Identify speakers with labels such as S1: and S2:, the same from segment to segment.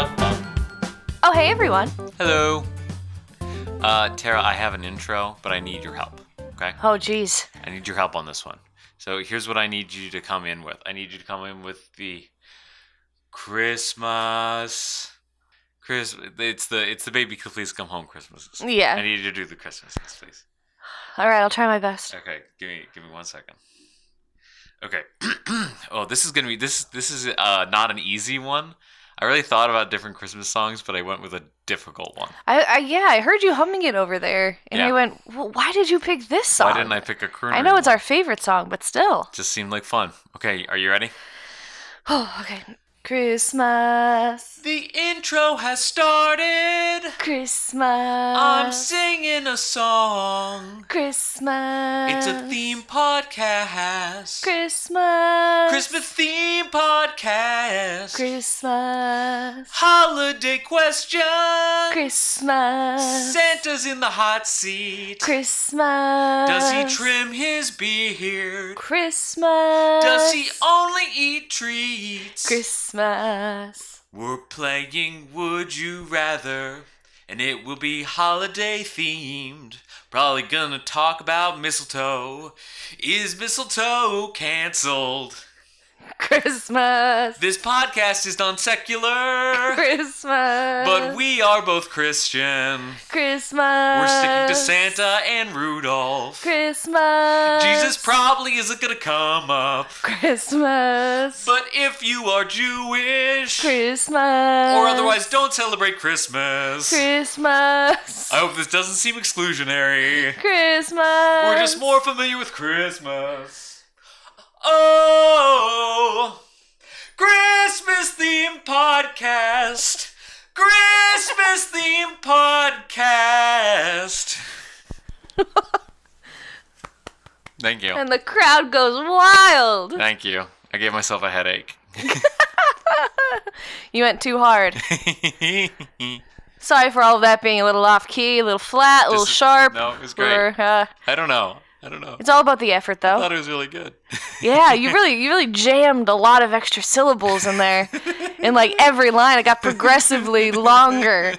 S1: Oh, hey everyone.
S2: Hello. Uh, Tara, I have an intro, but I need your help. Okay?
S1: Oh, geez.
S2: I need your help on this one. So here's what I need you to come in with. I need you to come in with the Christmas. Chris, it's the it's the baby. Please come home. Christmas.
S1: Yeah.
S2: I need you to do the Christmases, please.
S1: All right, I'll try my best.
S2: Okay, give me give me one second. Okay. oh, this is gonna be this this is uh not an easy one. I really thought about different Christmas songs, but I went with a difficult one.
S1: I, I yeah, I heard you humming it over there, and I
S2: Yeah.
S1: went, well, "Why did you pick this song?"
S2: Why didn't I pick a crooner?
S1: I know it's
S2: one?
S1: our favorite song, but still.
S2: Just seemed like fun. Okay, are you ready?
S1: Oh, okay. Christmas,
S2: The intro has started.
S1: Christmas. Uh,
S2: singing a song.
S1: Christmas.
S2: theme podcast.
S1: Christmas.
S2: theme podcast.
S1: Christmas.
S2: Holiday question.
S1: Christmas.
S2: Santa's in the hot seat.
S1: Christmas.
S2: Does he trim his beard?
S1: Christmas.
S2: Does he only eat treats?
S1: Christmas.
S2: We're playing Would You Rather, and it will be holiday themed. Probably gonna talk about mistletoe. Is mistletoe canceled?
S1: Christmas.
S2: This podcast is non secular,
S1: Christmas.
S2: but we are both Christian.
S1: Christmas.
S2: We're sticking to Santa and Rudolph.
S1: Christmas.
S2: Jesus probably isn't gonna come up.
S1: Christmas.
S2: But if you are Jewish,
S1: Christmas.
S2: or otherwise don't celebrate Christmas, I
S1: Christmas.
S2: hope this doesn't seem exclusionary.
S1: Christmas.
S2: We're just more familiar with Christmas. Oh, Christmas theme podcast. Christmas theme podcast. Thank you.
S1: And the crowd goes wild.
S2: Thank you. I gave myself a headache.
S1: You went too hard. Sorry for all of that being a little off key, a little flat, a little
S2: This is-
S1: sharp.
S2: no, it was great.
S1: Or, uh,
S2: I don't know. I don't know.
S1: it's all about the effort,
S2: I
S1: though.
S2: thought it was really good.
S1: yeah, you really, you really jammed a lot of extra syllables in there, in like every line. It got progressively longer.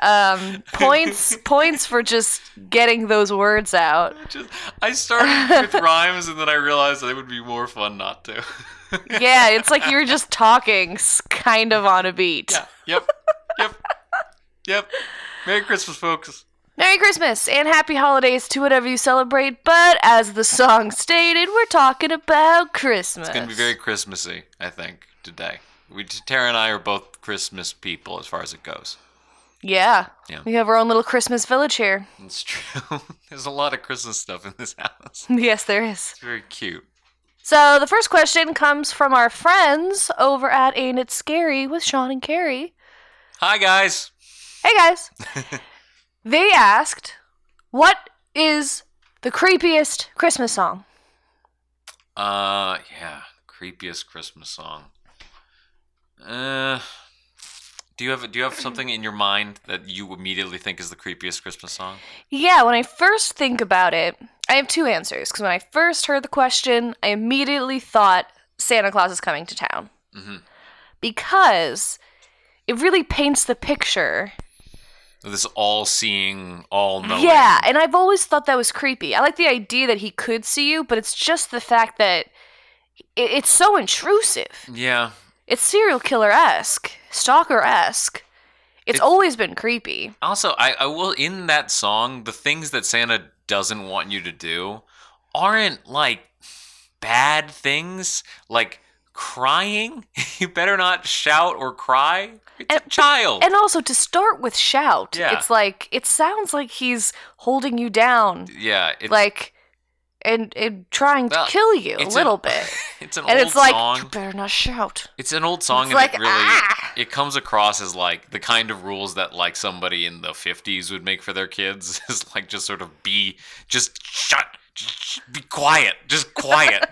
S1: Um, points, points for just getting those words out.
S2: Just, I started with rhymes and then I realized that it would be more fun not to.
S1: Yeah, it's like you were just talking, s- kind of on a beat.
S2: Yeah. Yep. Yep. Yep. Merry Christmas, folks.
S1: Merry Christmas and happy holidays to whatever you celebrate. But as the song stated, we're talking about Christmas.
S2: It's gonna be very Christmassy, I think, today. We Tara and I are both Christmas people as far as it goes.
S1: Yeah.
S2: Yeah.
S1: We have our own little Christmas village here.
S2: It's true. There's a lot of Christmas stuff in this house.
S1: yes, there is.
S2: It's very cute.
S1: So the first question comes from our friends over at Ain't It Scary with Sean and Carrie.
S2: Hi guys.
S1: Hey guys. they asked, What is the creepiest Christmas song?
S2: Uh yeah. Creepiest Christmas song. Uh do you have do you have something in your mind that you immediately think is the creepiest Christmas song?
S1: Yeah, when I first think about it, I have two answers. Because when I first heard the question, I immediately thought Santa Claus is coming to town.
S2: Mm-hmm.
S1: Because it really paints the picture
S2: This all-seeing, all-knowing.
S1: Yeah, and I've always thought that was creepy. I like the idea that he could see you, but it's just the fact that it, it's so intrusive.
S2: Yeah.
S1: It's serial killer esque, stalker esque. It's
S2: It's-
S1: always been creepy.
S2: Also, I, I will in that song, the things that Santa doesn't want you to do aren't like bad things, like crying. you better not shout or cry. It's a
S1: And-
S2: child.
S1: And also to start with shout,
S2: Yeah.
S1: it's like it sounds like he's holding you down,
S2: yeah, it's
S1: like and and trying
S2: Well,
S1: to kill you a
S2: it's
S1: little
S2: an-
S1: bit.
S2: it's an
S1: And
S2: old
S1: it's like you
S2: song.
S1: better not shout.
S2: It's an old
S1: It's
S2: song, and
S1: like
S2: it really
S1: ah.
S2: it comes across as like the kind of rules that like somebody in the fifties would make for their kids is like just sort of be just shut Just be quiet. Just quiet.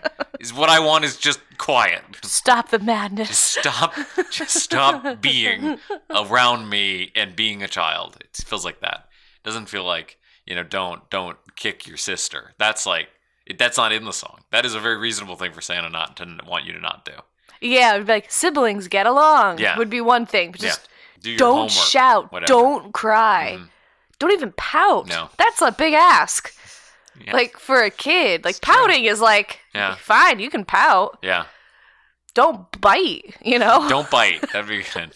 S2: is what I want is just quiet.
S1: Stop the madness.
S2: Just stop just stop being around me and being a child. It feels like that. doesn't feel like, you know, don't don't kick your sister. That's like it, that's not in the song. That is a very reasonable thing for Santa not to want you to not do.
S1: Yeah, it'd be like siblings get along.
S2: Yeah.
S1: Would be one thing. But just
S2: yeah. Do your
S1: don't
S2: homework,
S1: shout.
S2: whatever. Mm-hmm.
S1: Don't cry. Don't even pout.
S2: No.
S1: That's a big ask.
S2: Yeah.
S1: Like for a kid. Like
S2: It's true.
S1: pouting is like
S2: Yeah.
S1: fine, you can pout.
S2: Yeah.
S1: Don't bite, you know?
S2: Don't bite. That'd be good.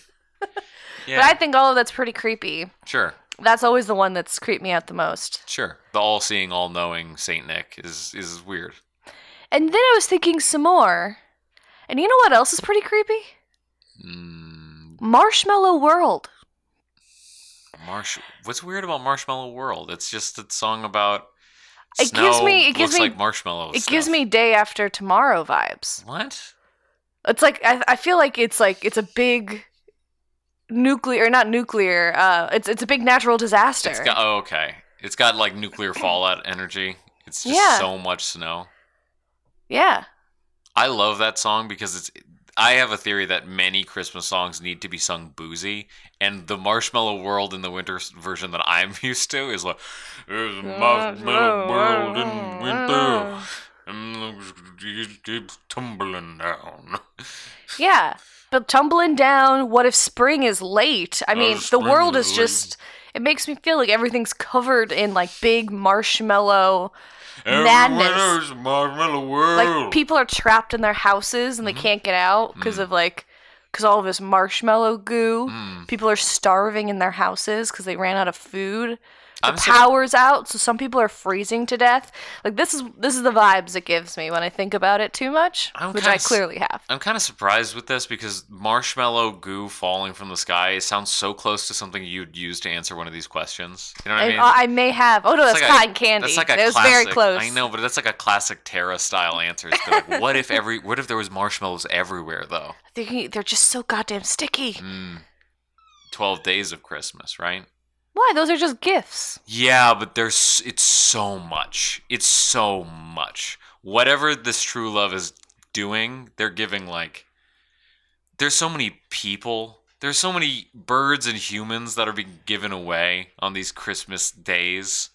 S1: oh.
S2: Yeah.
S1: But I think all of that's pretty creepy.
S2: sure.
S1: That's always the one that's creeped me out the most.
S2: Sure. The all seeing, all knowing Saint Nick is is weird.
S1: And then I was thinking some more. And you know what else is pretty creepy?
S2: Mm,
S1: Marshmallow World.
S2: Marsh What's weird about Marshmallow World? It's just a song about
S1: It gives
S2: snow
S1: me- it gives
S2: looks
S1: me-
S2: like marshmallows.
S1: it gives me day after tomorrow vibes.
S2: What?
S1: It's like I, I feel like it's like it's a big nuclear, not nuclear. Uh, it's it's a big natural disaster.
S2: It's got oh, okay. It's got like nuclear fallout energy. It's just
S1: Yeah.
S2: so much snow.
S1: yeah,
S2: I love that song because it's. I have a theory that many Christmas songs need to be sung boozy, and the Marshmallow World in the winter s- version that I'm used to is like, "There's a marshmallow world in winter, and it keeps tumbling down."
S1: yeah. But tumbling down. What if spring is late? I mean, the
S2: spring
S1: world
S2: is
S1: is
S2: late.
S1: just. It makes me feel like everything's covered in like big marshmallow.
S2: And
S1: Madness.
S2: winter's a marshmallow world.
S1: Like people are trapped in their houses
S2: Mm-hmm.
S1: and they can't get out because of like because all of this marshmallow goo.
S2: Mm.
S1: People are starving in their houses because they ran out of food. The
S2: I'm sur-
S1: power's out, so some people are freezing to death. Like this is this is the vibes it gives me when I think about it too much,
S2: I'm
S1: which
S2: kinda
S1: I
S2: s-
S1: clearly have.
S2: I'm kind of surprised with this because marshmallow goo falling from the sky it sounds so close to something you'd use to answer one of these questions. You know what I,
S1: I,
S2: mean?
S1: I may have. Oh no, that's
S2: like a-
S1: cotton candy.
S2: That's like a
S1: it was
S2: classic,
S1: very close.
S2: I know, but that's like a classic Terra style answer. It's like, what if every? What if there was marshmallows everywhere though?
S1: They're, gonna- they're just so goddamn sticky.
S2: Mm. Twelve days of Christmas, right?
S1: Why? Those are just gifts.
S2: Yeah, but there's it's so much. It's so much. Whatever this true love is doing, they're giving like there's so many people. There's so many birds and humans that are being given away on these Christmas days.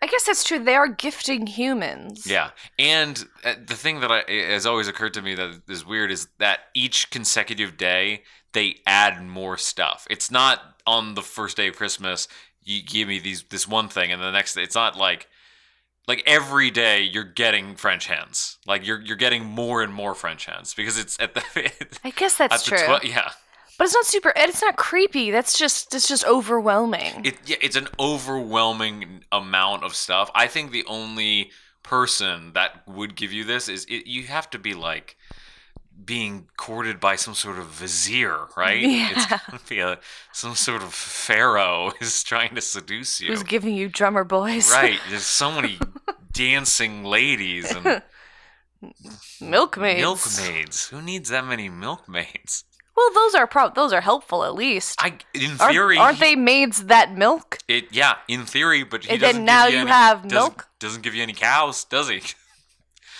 S1: I guess that's true. They are gifting humans.
S2: Yeah, and uh, the thing that I, has always occurred to me that is weird is that each consecutive day they add more stuff. It's not on the first day of Christmas you give me these this one thing and the next. It's not like like every day you're getting French hens. Like you're you're getting more and more French hens because it's at the
S1: I guess that's
S2: at
S1: true.
S2: the tw- yeah.
S1: but it's not super. and It's not creepy. That's just. It's just overwhelming.
S2: It, yeah, it's an overwhelming amount of stuff. I think the only person that would give you this is it, you have to be like being courted by some sort of vizier, right? It's
S1: Yeah.
S2: gonna be a, some sort of pharaoh is trying to seduce you,
S1: Who's giving you drummer boys?
S2: right? There's so many dancing ladies and
S1: Milkmaids.
S2: milkmaids. Who needs that many milkmaids?
S1: Well, those are prob. Those are helpful at least.
S2: I, in
S1: Aren't-
S2: theory,
S1: aren't, they maids that milk?
S2: It yeah, in theory, but he
S1: And then
S2: doesn't give
S1: now you
S2: any-
S1: have
S2: doesn't-
S1: milk?
S2: Doesn't give you any cows, does he?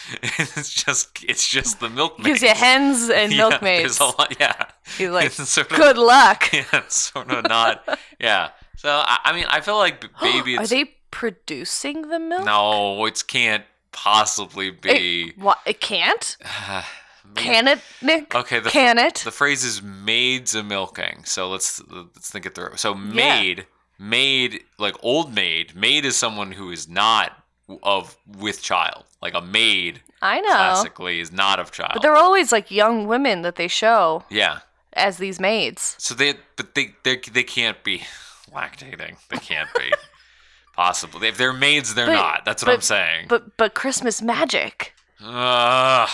S2: it's just it's just the milkmaid.
S1: Gives you hens and milkmaids.
S2: Yeah, there's a lot- yeah.
S1: He's like,
S2: it's sort of,
S1: good luck.
S2: Yeah, it's sort of not. Yeah. So I, I mean, I feel like b- maybe
S1: are
S2: it's
S1: they producing the milk?
S2: no, it can't possibly be.
S1: It, what, it can't.
S2: I mean,
S1: Can it, Nick?
S2: Okay, the-
S1: can it?
S2: the phrase is maids a milking. So let's let's think it through. So
S1: Yeah.
S2: maid, maid, like old maid. Maid is someone who is not of with child. Like a maid,
S1: I know,
S2: classically, is not of child.
S1: Oh. but there are always like young women that they show
S2: yeah.
S1: as these maids.
S2: So they, but they, they, they can't be lactating. They can't be possibly. If they're maids, they're
S1: But-
S2: not. That's what I'm
S1: but-
S2: saying.
S1: But but Christmas magic.
S2: Ugh.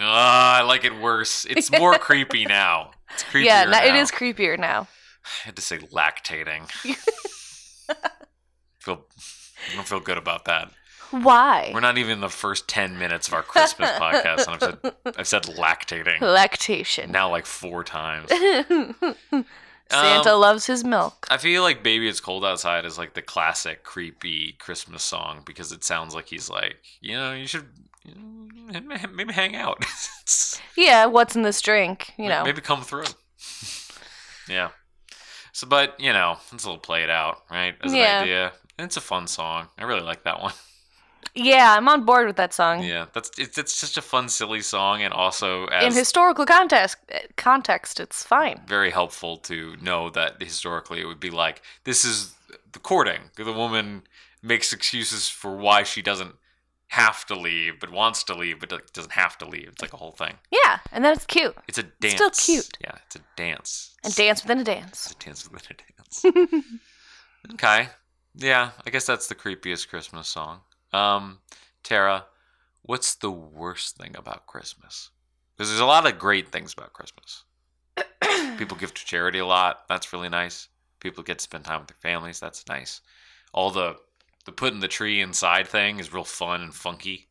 S2: Ugh, I like it worse. It's more creepy now. It's creepier
S1: yeah, no- it
S2: now.
S1: is creepier now.
S2: I had to say lactating. feel I don't feel good about that.
S1: Why?
S2: We're not even in the first ten minutes of our Christmas podcast, and I've said I've said lactating
S1: Lactation.
S2: now like four times.
S1: Santa
S2: Um,
S1: loves his milk.
S2: I feel like "Baby It's Cold Outside" is like the classic creepy Christmas song because it sounds like he's like, you know, you should you know, maybe hang out,
S1: Yeah, what's in this drink? You
S2: May-
S1: know.
S2: maybe come through. yeah. So, but you know, it's a little played out, right? As
S1: Yeah.
S2: an idea, And it's a fun song. I really like that one.
S1: Yeah, I'm on board with that song.
S2: Yeah, that's it's, it's such a fun, silly song, and also as
S1: Mm. In historical context, context, it's fine.
S2: very helpful to know that historically it would be like this is the courting. The woman makes excuses for why she doesn't have to leave, but wants to leave, but do- doesn't have to leave. It's like a whole thing.
S1: Yeah, and then it's cute.
S2: It's a
S1: It's
S2: dance.
S1: still cute.
S2: Yeah, it's a dance.
S1: And
S2: It's-
S1: dance within a
S2: It's
S1: dance.
S2: a dance within a dance. okay. Yeah, I guess that's the creepiest Christmas song. Um, Tara, what's the worst thing about Christmas? Because there's a lot of great things about Christmas. People give to charity a lot. That's really nice. People get to spend time with their families. That's nice. All the the putting the tree inside thing is real fun and funky.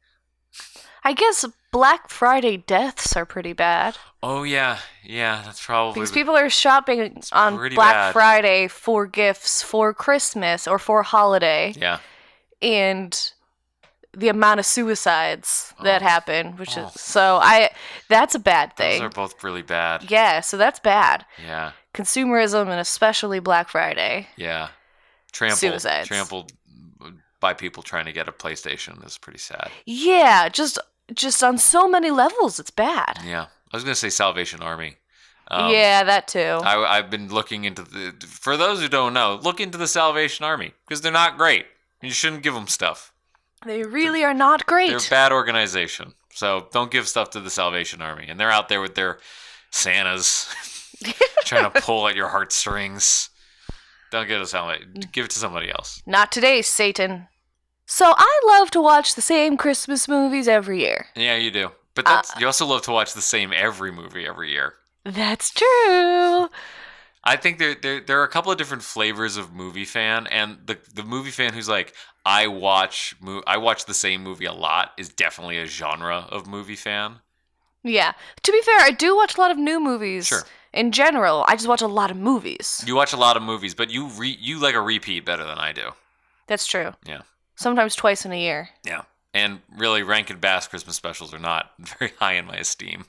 S1: I guess Black Friday deaths are pretty bad
S2: Oh yeah, yeah. That's probably
S1: because
S2: the-
S1: people are shopping on
S2: pretty
S1: Black
S2: bad.
S1: Friday for gifts for Christmas or for holiday,
S2: yeah.
S1: and the amount of suicides that
S2: Oh.
S1: happen, which
S2: Oh.
S1: is so I that's a bad
S2: Those
S1: thing.
S2: are both really bad.
S1: yeah, so that's bad.
S2: Yeah.
S1: Consumerism and especially Black Friday.
S2: Yeah. Trampled,
S1: Suicides.
S2: trampled by people trying to get a PlayStation is pretty sad.
S1: Yeah, just just on so many levels, it's bad.
S2: Yeah. I was going to say Salvation Army. Um,
S1: yeah, that too.
S2: I, I've been looking into the, for those who don't know, look into the Salvation Army because they're not great. You shouldn't give them stuff.
S1: they really are not great.
S2: They're a bad organization. So don't give stuff to the Salvation Army. And they're out there with their Santas trying to pull at your heartstrings. Don't give it to somebody. Give it to somebody else.
S1: Not today, Satan. So I love to watch the same Christmas movies every year.
S2: Yeah, you do. But that's, you also love to watch the same every movie every year.
S1: That's true.
S2: I think there, there there are a couple of different flavors of movie fan, and the the movie fan who's like, I watch mo- I watch the same movie a lot is definitely a genre of movie fan.
S1: Yeah. To be fair, I do watch a lot of new movies.
S2: Sure.
S1: In general, I just watch a lot of movies.
S2: You watch a lot of movies, but you re- you like a repeat better than I do.
S1: That's true.
S2: Yeah.
S1: Sometimes twice in a year.
S2: Yeah, and really, Rankin Bass Christmas specials are not very high in my esteem.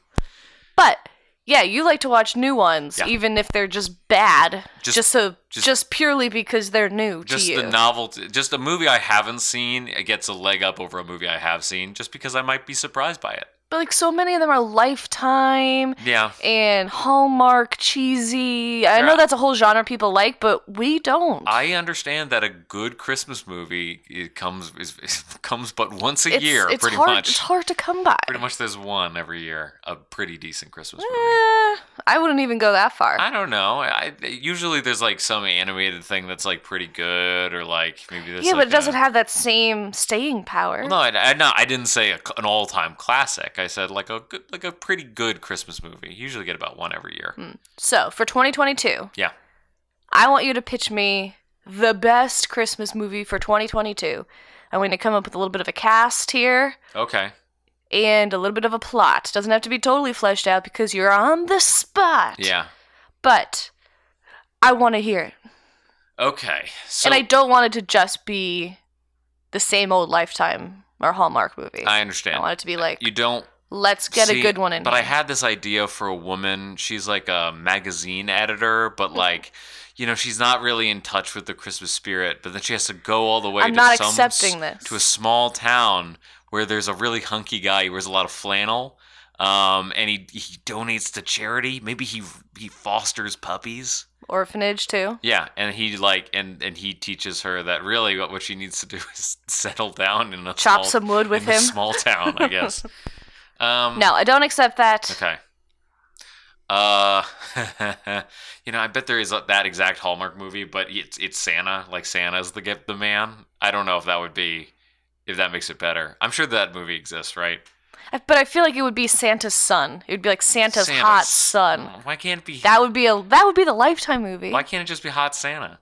S1: But yeah, you like to watch new ones,
S2: Yeah.
S1: even if they're just bad.
S2: Just-
S1: Just, so
S2: just-
S1: just, purely because they're new
S2: Just
S1: to you.
S2: the novelty, just a movie I haven't seen, it gets a leg up over a movie I have seen, just because I might be surprised by it.
S1: but like so many of them are lifetime
S2: Yeah,
S1: and Hallmark cheesy. I
S2: Yeah.
S1: know that's a whole genre people like, but we don't.
S2: I understand that a good Christmas movie it comes is, is- comes but once a
S1: it's,
S2: year,
S1: it's
S2: pretty
S1: hard,
S2: much.
S1: It's hard to come by.
S2: Pretty much, there's one every year, a pretty decent Christmas
S1: Eh,
S2: movie.
S1: I wouldn't even go that far.
S2: I don't know. I usually there's like some animated thing that's like pretty good, or like maybe there's
S1: yeah,
S2: like
S1: but it doesn't
S2: a-
S1: have that same staying power.
S2: No, I, I, no, I didn't say a, cl- an all-time classic. I said like a good, like a pretty good Christmas movie. You usually get about one every year.
S1: Hmm. So for 2022,
S2: Yeah.
S1: I want you to pitch me the best Christmas movie for 2022. I'm going to come up with a little bit of a cast here
S2: Okay.
S1: and a little bit of a plot. Doesn't have to be totally fleshed out because you're on the spot.
S2: Yeah.
S1: But I want to hear it.
S2: Okay. So
S1: and I don't want it to just be the same old Lifetime or Hallmark movie.
S2: I understand.
S1: I want it to be like,
S2: you don't
S1: let's get
S2: See,
S1: a good one in.
S2: But I
S1: here.
S2: had this idea for a woman. She's like a magazine editor, but
S1: Mm-hmm.
S2: like, you know, she's not really in touch with the Christmas spirit. But then she has to go all the way.
S1: I'm
S2: to
S1: not
S2: some s-
S1: accepting this.
S2: To a small town where there's a really hunky guy who wears a lot of flannel. Um, and he he donates to charity. Maybe he he fosters puppies.
S1: Orphanage too.
S2: Yeah, and he like and and he teaches her that really what, what she needs to do is settle down in a
S1: Chop
S2: small,
S1: some wood with
S2: in a
S1: him.
S2: small town, I guess. Um,
S1: No, I don't accept that.
S2: Okay. Uh, you know, I bet there is that exact Hallmark movie, but it's it's Santa. Like Santa's the gift, the man. I don't know if that would be, if that makes it better. I'm sure that movie exists, right?
S1: I- But I feel like it would be Santa's son. It would be like Santa's, hot son.
S2: Why can't it be?
S1: That would be a that would be the Lifetime movie.
S2: why can't it just be hot Santa?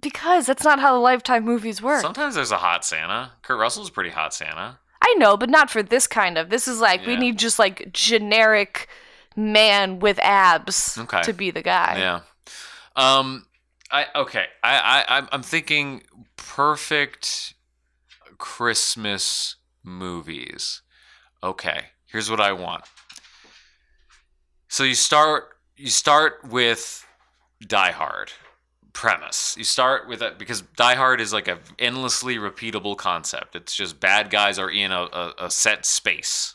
S1: Because that's not how the Lifetime movies work.
S2: Sometimes there's a hot Santa. Kurt Russell's a pretty hot Santa.
S1: I know, but not for this kind of. This is like we
S2: Yeah.
S1: need just like generic man with abs
S2: Okay.
S1: to be the guy.
S2: yeah. Um, I okay. I I I'm- I'm thinking perfect Christmas movies. Okay, here's what I want. So you start you start with Die Hard premise. You start with that because Die Hard is like a endlessly repeatable concept. It's just bad guys are in a, a, a set space,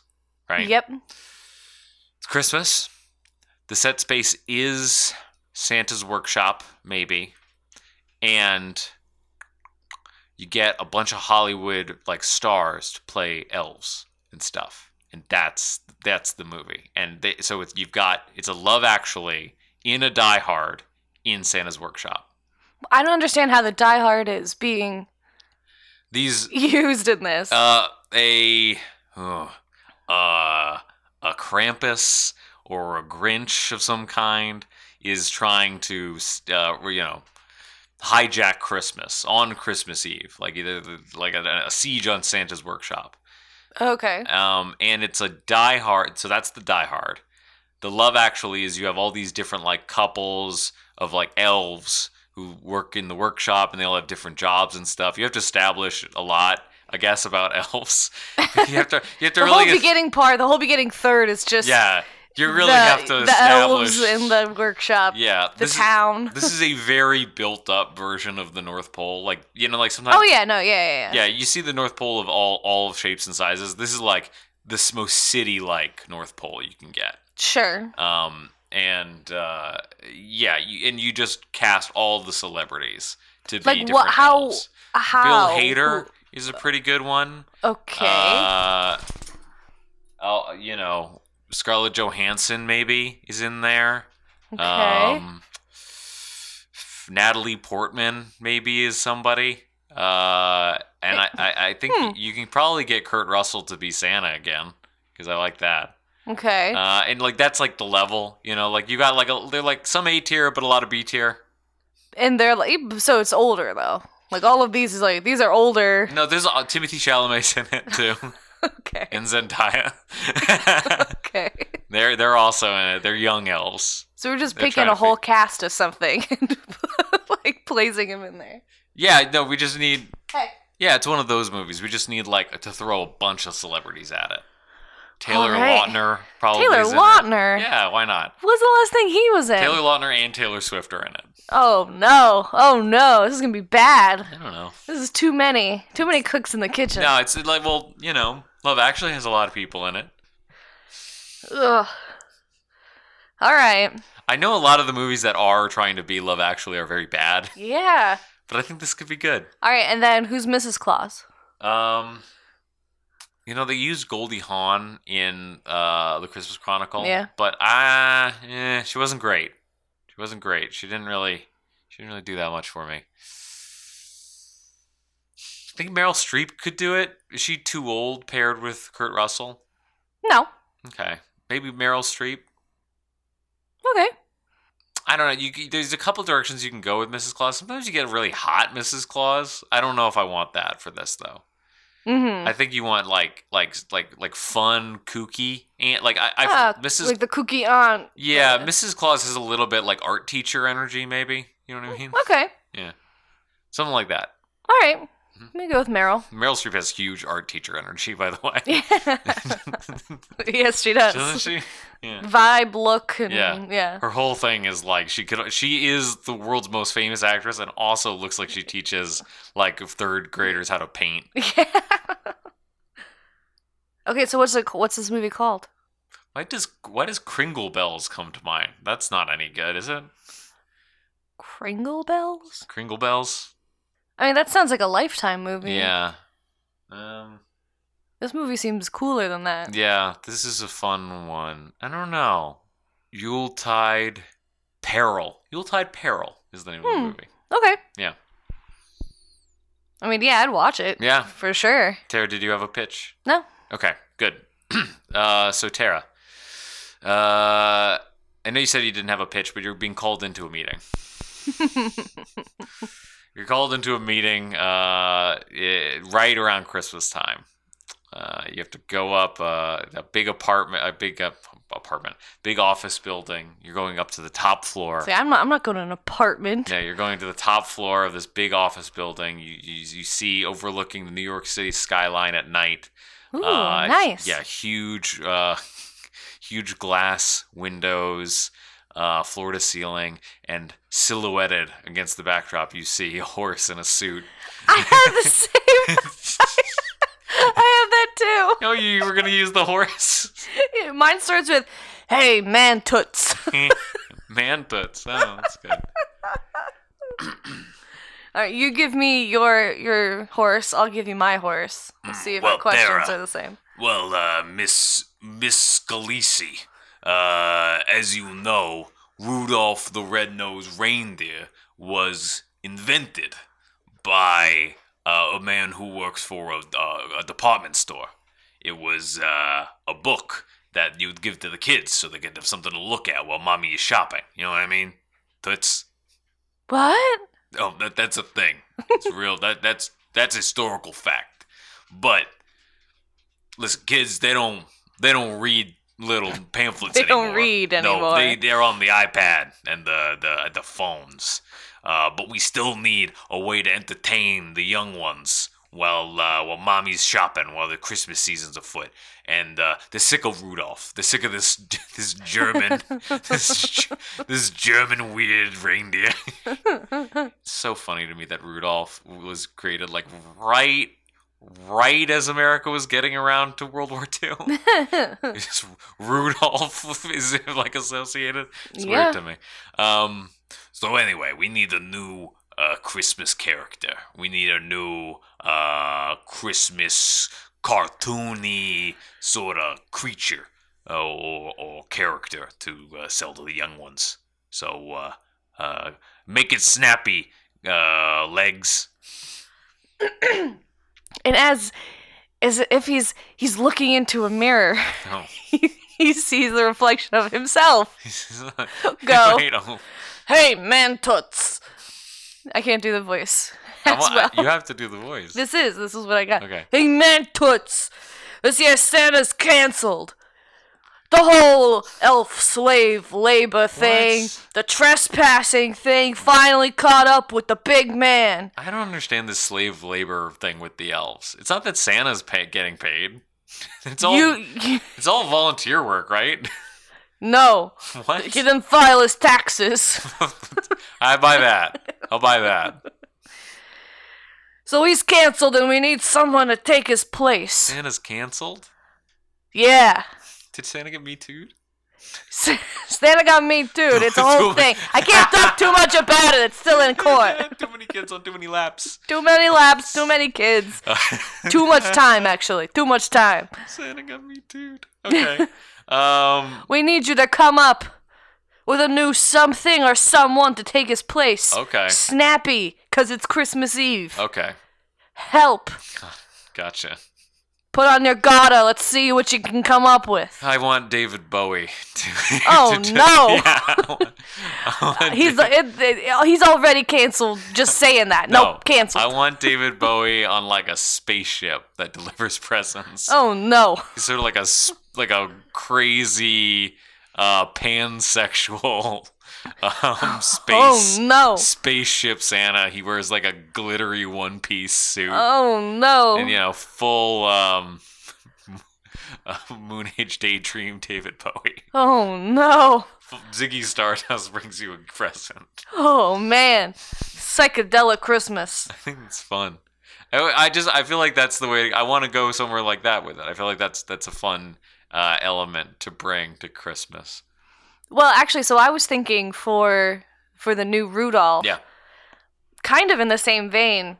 S2: right?
S1: Yep.
S2: It's Christmas. The set space is Santa's workshop, maybe. And you get a bunch of Hollywood like stars to play elves and stuff. And that's that's the movie. And they, so it's, you've got it's a love actually in a Die Hard in Santa's workshop.
S1: I don't understand how the Die Hard is being
S2: These
S1: used in this.
S2: Uh, a oh, uh, a Krampus or a Grinch of some kind is trying to, uh, you know, hijack Christmas on Christmas Eve, like either the, like a, a siege on Santa's workshop.
S1: okay.
S2: Um, and it's a Die Hard. So that's the Die Hard. The Love Actually is you have all these different like couples of like elves who work in the workshop and they all have different jobs and stuff. You have to establish a lot, I guess, about elves. you have to you have to
S1: The
S2: really
S1: whole beginning part, the whole beginning third is just
S2: yeah. You really
S1: the,
S2: have to
S1: the
S2: establish
S1: elves in the workshop,
S2: yeah
S1: the
S2: this
S1: town.
S2: Is, this is a very built up version of the North Pole. Like you know, like sometimes
S1: oh yeah, no, yeah, yeah, yeah.
S2: yeah, you see the North Pole of all all shapes and sizes. This is like this most city like North Pole you can get.
S1: Sure.
S2: Um, and uh, yeah, you, and you just cast all the celebrities to be
S1: Like,
S2: different
S1: what- how-
S2: elves.
S1: How?
S2: Bill Hader is a pretty good one.
S1: Okay.
S2: Uh, oh, you know, Scarlett Johansson maybe is in there.
S1: okay.
S2: Um, Natalie Portman maybe is somebody. Uh, and I, I, I think
S1: Hmm.
S2: you can probably get Kurt Russell to be Santa again because I like that.
S1: okay.
S2: Uh, and like that's like the level, you know, like you got like a, they're like some A tier, but a lot of B tier.
S1: and they're like, e-, so it's older though. Like all of these is like these are older.
S2: No, there's uh, Timothy Chalamet's in it too,
S1: Okay.
S2: and Zendaya.
S1: Okay.
S2: they're they're also in it. They're young elves.
S1: So we're just
S2: They're
S1: picking
S2: trying
S1: a
S2: to
S1: whole cast of something and like placing him in there.
S2: Yeah, no, we just need.
S1: Hey.
S2: Yeah, it's one of those movies. We just need like to throw a bunch of celebrities at it. Taylor
S1: All right.
S2: Lautner probably.
S1: Taylor
S2: is in it.
S1: Lautner.
S2: Yeah, why not?
S1: What's the last thing he was in?
S2: Taylor Lautner and Taylor Swift are in it.
S1: oh no. Oh no. This is gonna be bad.
S2: I don't know.
S1: This is too many. Too many cooks in the kitchen.
S2: No, it's like well, you know, Love Actually has a lot of people in it.
S1: Ugh. All right.
S2: I know a lot of the movies that are trying to be Love Actually are very bad,
S1: Yeah.
S2: but I think this could be good.
S1: All right. And then who's Mrs. Claus?
S2: Um, you know, they used Goldie Hawn in uh, the Christmas Chronicle.
S1: Yeah.
S2: But uh, eh, she wasn't great. She wasn't great. She didn't really, she didn't really do that much for me. I think Meryl Streep could do it. Is she too old paired with Kurt Russell?
S1: No.
S2: Okay, maybe Meryl Streep.
S1: Okay.
S2: I don't know. You c- there's a couple directions you can go with Mrs. Claus. Sometimes you get a really hot Mrs. Claus. I don't know if I want that for this though.
S1: Mm-hmm.
S2: I think you want like like like like fun, kooky, and like I, I Mrs.
S1: like the kooky aunt.
S2: yeah,
S1: uh,
S2: Mrs. Claus has a little bit like art teacher energy, maybe. You know what I mean?
S1: Okay.
S2: Something like that.
S1: All right.
S2: Mhm.
S1: Let me go with Meryl.
S2: Meryl Streep has huge art teacher energy, by the way.
S1: yes, Mm-hmm. she
S2: Doesn't
S1: does.
S2: she? Yeah.
S1: Vibe, look, and
S2: Yeah.
S1: yeah.
S2: Her whole thing is like she could. She is the world's most famous actress, and also looks like she teaches like third graders how to paint.
S1: okay, so what's it, what's this movie called?
S2: Why does why does Kringle bells come to mind? That's not any good, is it?
S1: Kringle Bells?
S2: Kringle bells.
S1: I mean, that sounds like a lifetime movie.
S2: Yeah. Um.
S1: This movie seems cooler than that.
S2: Yeah, this is a fun one. I don't know. Yuletide Peril. Yuletide Peril is the name of
S1: Hmm.
S2: the movie.
S1: Okay.
S2: Yeah.
S1: I mean, yeah, I'd watch it.
S2: Yeah.
S1: For sure.
S2: Tara, did you have a pitch?
S1: No.
S2: Okay, good. uh, so, Tara, uh, I know you said you didn't have a pitch, but you're being called into a meeting. you're called into a meeting uh, eh, right around Christmas time. Uh, you have to go up uh, a big apartment, a big uh, apartment, big office building. You're going up to the top floor.
S1: See, I'm not. I'm not going to an apartment.
S2: Yeah, you're going to the top floor of this big office building. You you, you see overlooking the New York City skyline at night.
S1: Ooh,
S2: Uh,
S1: nice.
S2: Yeah, huge, uh, huge glass windows, uh, floor to ceiling, and silhouetted against the backdrop, you see a horse in a suit.
S1: I have the same. I have
S2: Oh, you were gonna use the horse,
S1: that too. Mine starts with, "Hey, man, toots."
S2: man toots. Oh, that's good.
S1: All right, you give me your your horse. I'll give you my horse. Let's see if
S2: well,
S1: our questions
S2: Bera.
S1: are the same.
S2: Well, uh, Miss Miss Scalisi, uh, as you know, Rudolph the Red-Nosed Reindeer was invented by uh, a man who works for a, uh, a, a department store. It was uh, a book that you would give to the kids so they could have something to look at while mommy is shopping. You know what I mean? Toots.
S1: What?
S2: Oh, that, that's a thing. It's real. That that's that's historical fact. But listen, kids, they don't they don't read little pamphlets
S1: They don't
S2: anymore.
S1: read
S2: No,
S1: anymore.
S2: they they're on the iPad and the the the phones. Uh, but we still need a way to entertain the young ones while uh, while mommy's shopping while the Christmas season's afoot. And uh, they're sick of Rudolph. They're sick of this this German this Ge- this German weird reindeer. so funny to me that Rudolph was created like right right as America was getting around to World War II. Just Rudolph is like associated. It's
S1: Yeah.
S2: weird to me. Um, so anyway, we need a new uh, Christmas character. We need a new uh, Christmas cartoony sort of creature uh, or, or character to uh, sell to the young ones. So uh, uh, make it snappy, uh, legs.
S1: And as as if he's he's looking into a mirror,
S2: Oh.
S1: he, he sees the reflection of himself. Go.
S2: Wait, oh.
S1: Hey, man, toots. I can't do the voice
S2: I
S1: as
S2: wa-
S1: well.
S2: You have to do the voice.
S1: This is this is what I got.
S2: Okay.
S1: Hey, man, toots. This year Santa's canceled. The whole elf slave labor thing,
S2: What?
S1: the trespassing thing, finally caught up with the big man.
S2: I don't understand this slave labor thing with the elves. It's not that Santa's pay- getting paid. It's all
S1: You, you
S2: it's all volunteer work, right?
S1: no,
S2: what?
S1: he didn't file his taxes.
S2: I buy that. I'll buy that.
S1: So he's canceled and we need someone to take his place.
S2: Santa's canceled.
S1: Yeah.
S2: Did Santa get me too?
S1: Santa got me too. It's a whole
S2: Too
S1: thing.
S2: many-
S1: I can't talk too much about it. It's still in court.
S2: too many kids on too many laps.
S1: Too many laps, too many kids. Too much time, actually. Too much time.
S2: Santa got me too. Okay. Um.
S1: We need you to come up with a new something or someone to take his place.
S2: Okay.
S1: Snappy, because it's Christmas Eve.
S2: Okay.
S1: Help.
S2: Gotcha.
S1: Put on your gata. Let's see what you can come up with.
S2: I want David Bowie to.
S1: Oh,
S2: to just-
S1: no.
S2: Yeah, I want- I want
S1: He's it, it- he's already canceled. Just saying that. No, nope, canceled.
S2: I want David Bowie on like a spaceship that delivers presents.
S1: oh no.
S2: He's sort of like a s- like a crazy uh, pansexual um,
S1: Oh
S2: space
S1: no.
S2: spaceship Santa. He wears like a glittery one piece suit
S1: Oh no.
S2: and you know full um, uh, Moon Age Daydream David Bowie.
S1: Oh no.
S2: Ziggy Stardust brings you a present.
S1: Oh man. Psychedelic Christmas.
S2: I think it's fun. I, I just I feel like that's the way I want to go somewhere like that with it. I feel like that's that's a fun uh, element to bring to Christmas.
S1: Well, actually, so I was thinking for for the new Rudolph.
S2: Yeah.
S1: Kind of in the same vein.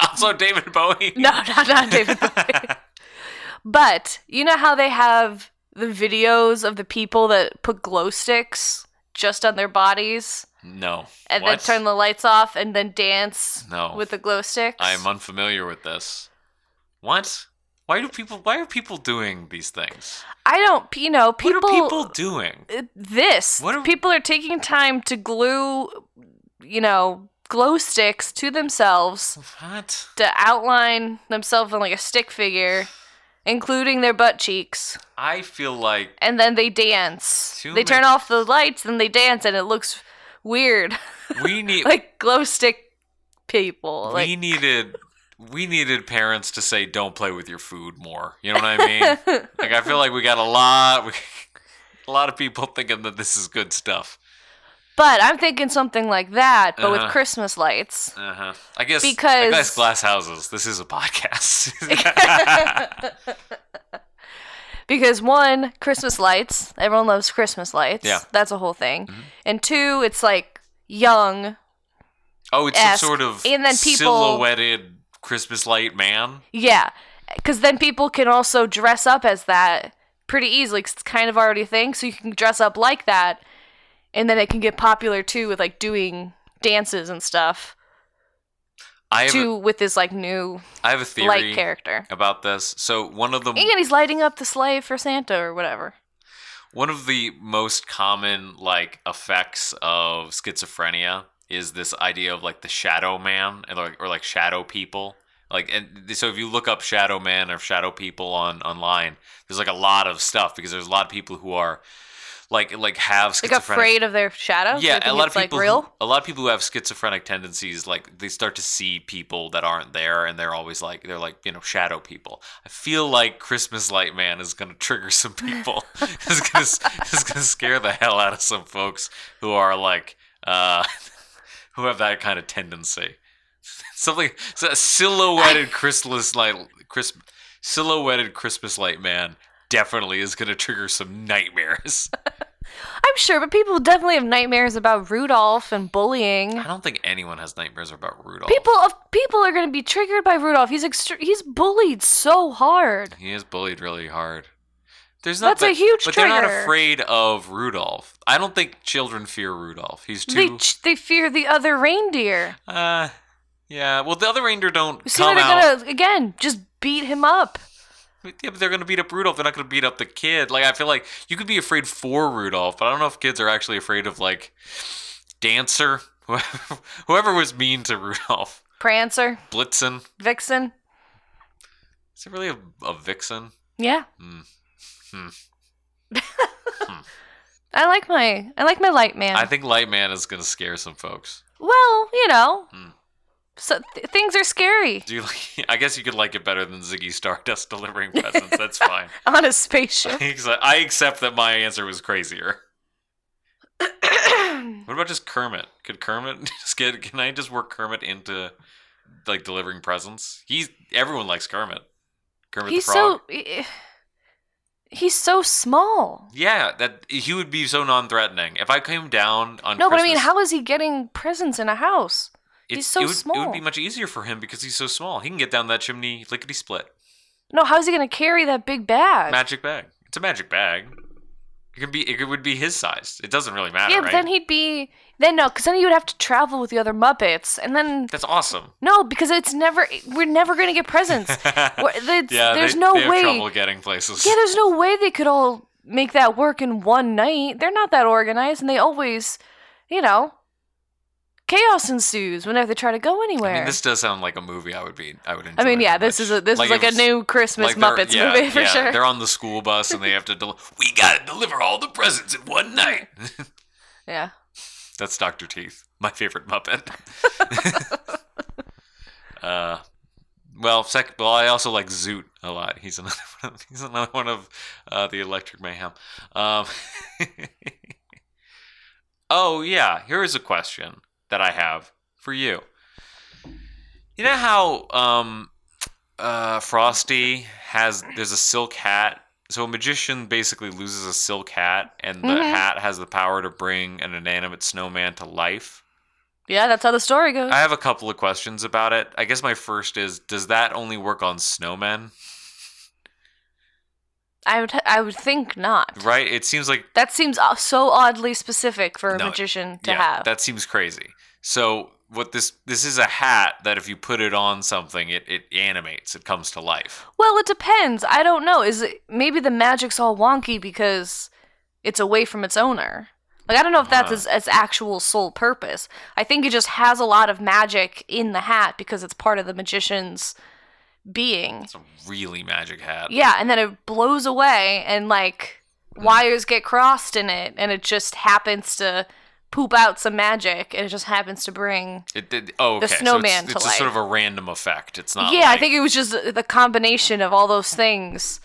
S2: also David Bowie.
S1: No, not not David Bowie. but you know how they have the videos of the people that put glow sticks just on their bodies
S2: No.
S1: and then
S2: What?
S1: turn the lights off and then dance
S2: No.
S1: with the glow sticks?
S2: I am unfamiliar with this. What? Why do people? Why are people doing these things?
S1: I don't, you know, people
S2: what are people doing?
S1: uh, this.
S2: What are-
S1: People are taking time to glue, you know, glow sticks to themselves
S2: What?
S1: to outline themselves in like a stick figure including their butt cheeks.
S2: I feel like
S1: And then they dance.
S2: Too
S1: they turn
S2: many-
S1: off the lights and they dance, and it looks weird,
S2: we need
S1: like glow stick people.
S2: we
S1: Like
S2: needed we needed parents to say don't play with your food more. You know what I mean? like I feel like we got a lot we, a lot of people thinking that this is good stuff.
S1: But I'm thinking something like that, but with
S2: Uh-huh.
S1: Christmas lights.
S2: Uh-huh. I guess I
S1: Because-
S2: guess glass houses. This is a podcast.
S1: because one, Christmas lights. Everyone loves Christmas lights.
S2: Yeah. Mm-hmm.
S1: That's a whole thing. And two, it's like young.
S2: oh, it's
S1: Ask.
S2: some sort of
S1: And then people-
S2: silhouetted Christmas light man.
S1: Yeah. Because then people can also dress up as that pretty easily 'cause it's kind of already a thing. So you can dress up like that. And then it can get popular too with like doing dances and stuff
S2: I have a,
S1: too with this like new
S2: I have a theory Um,
S1: light character.
S2: about this. So one of the
S1: And he's lighting up the sleigh for Santa or whatever.
S2: one of the most common like effects of schizophrenia is this idea of like the shadow man and like or like shadow people like and so if you look up shadow man or shadow people on online there's like a lot of stuff because there's a lot of people who are like like have
S1: Like
S2: schizophrenia
S1: afraid of their shadow. They
S2: yeah
S1: think
S2: a lot of
S1: it's,
S2: people
S1: like real.
S2: Who, a lot of people who have schizophrenic tendencies like they start to see people that aren't there and they're always like they're like you know shadow people i feel like christmas light man is going to trigger some people it's going to it's going to scare the hell out of some folks who are like uh who have that kind of tendency something so a silhouetted christmas light chris silhouetted christmas light man definitely is going to trigger some nightmares
S1: I'm sure, but people definitely have nightmares about Rudolph and bullying.
S2: I don't think anyone has nightmares about Rudolph.
S1: People of people are going to be triggered by Rudolph. He's extr he's bullied so hard.
S2: He is bullied really hard. There's not
S1: That's a
S2: that-
S1: huge
S2: But they're not
S1: trigger.
S2: afraid of Rudolph. I don't think children fear Rudolph. He's
S1: They
S2: too.
S1: ch- they fear the other reindeer.
S2: uh, yeah. Well, the other reindeer don't
S1: You see,
S2: come
S1: they're
S2: out.
S1: going to again just beat him up.
S2: Yeah, but they're gonna beat up Rudolph. They're not gonna beat up the kid. Like I feel like you could be afraid for Rudolph, but I don't know if kids are actually afraid of like Dancer, whoever, whoever was mean to Rudolph,
S1: Prancer,
S2: Blitzen.
S1: Vixen,
S2: Is it really a, a vixen?
S1: yeah.
S2: Hmm.
S1: I like my I like my light man.
S2: I think Lightman is gonna scare some folks.
S1: well, you know,
S2: Mm.
S1: so th- things are scary
S2: Do you like, I guess you could like it better than Ziggy Stardust delivering presents. That's fine.
S1: on a spaceship.
S2: I accept that my answer was crazier. What about just Kermit? Could Kermit just get? Can I just work Kermit into like delivering presents? He's everyone likes Kermit. Kermit
S1: he's
S2: the Frog.
S1: so eh, he's so small.
S2: yeah, that he would be so non-threatening. If I came down on
S1: No, but I mean,
S2: Christmas,
S1: how is he getting presents in a house?
S2: it-
S1: he's so
S2: it would, It would
S1: small.
S2: be much easier for him because he's so small. He can get down that chimney lickety split.
S1: No, how is he going to carry that big bag?
S2: Magic bag. It's a magic bag. It could be. It would be his size. It doesn't really matter,
S1: yeah,
S2: right?
S1: but then he'd be then no, because then he would have to travel with the other Muppets, and then
S2: That's awesome.
S1: no, because it's never we're never going to get presents. We're- it's-
S2: yeah,
S1: there's
S2: they,
S1: no
S2: they have
S1: way.
S2: trouble getting places.
S1: Yeah, there's no way they could all make that work in one night. They're not that organized, and they always, you know, chaos ensues whenever they try to go anywhere.
S2: I mean, this does sound like a movie I would be. I would enjoy.
S1: yeah,
S2: very
S1: this
S2: much.
S1: is a this is like
S2: if
S1: a new Christmas
S2: like they're-
S1: Muppets
S2: yeah,
S1: movie for
S2: yeah,
S1: sure.
S2: They're on the school bus and they have to. Del- we gotta deliver all the presents in one night.
S1: Yeah.
S2: That's Doctor Teeth, my favorite Muppet. uh, well, sec- well, I also like Zoot a lot. He's another one of, he's another one of uh, the Electric Mayhem. Um, oh yeah, here is a question that I have for you. You know how um, uh, Frosty has there's a silk hat. So a magician basically loses a silk hat, and the
S1: Mhm.
S2: hat has the power to bring an inanimate snowman to life.
S1: Yeah, that's how the story goes.
S2: I have a couple of questions about it. I guess my first is Does that only work on snowmen?
S1: I would I would think not.
S2: Right? It seems like
S1: That seems o- so oddly specific for a
S2: No,
S1: magician to
S2: yeah,
S1: have.
S2: that seems crazy. So, what this this is a hat that if you put it on something, it, it animates, it comes to life.
S1: Well, it depends. I don't know. Is it maybe the magic's all wonky because it's away from its owner? Like I don't know if that's
S2: Huh.
S1: its, its actual sole purpose. I think it just has a lot of magic in the hat because it's part of the magician's being.
S2: It's a really magic hat.
S1: Yeah, and then it blows away and like wires get crossed in it and it just happens to poop out some magic and it just happens to bring
S2: It did. Oh, okay.
S1: The snowman
S2: so
S1: to
S2: it's, it's just sort of
S1: life.
S2: a random effect. It's not.
S1: Yeah, I
S2: like-
S1: think it was just the combination of all those things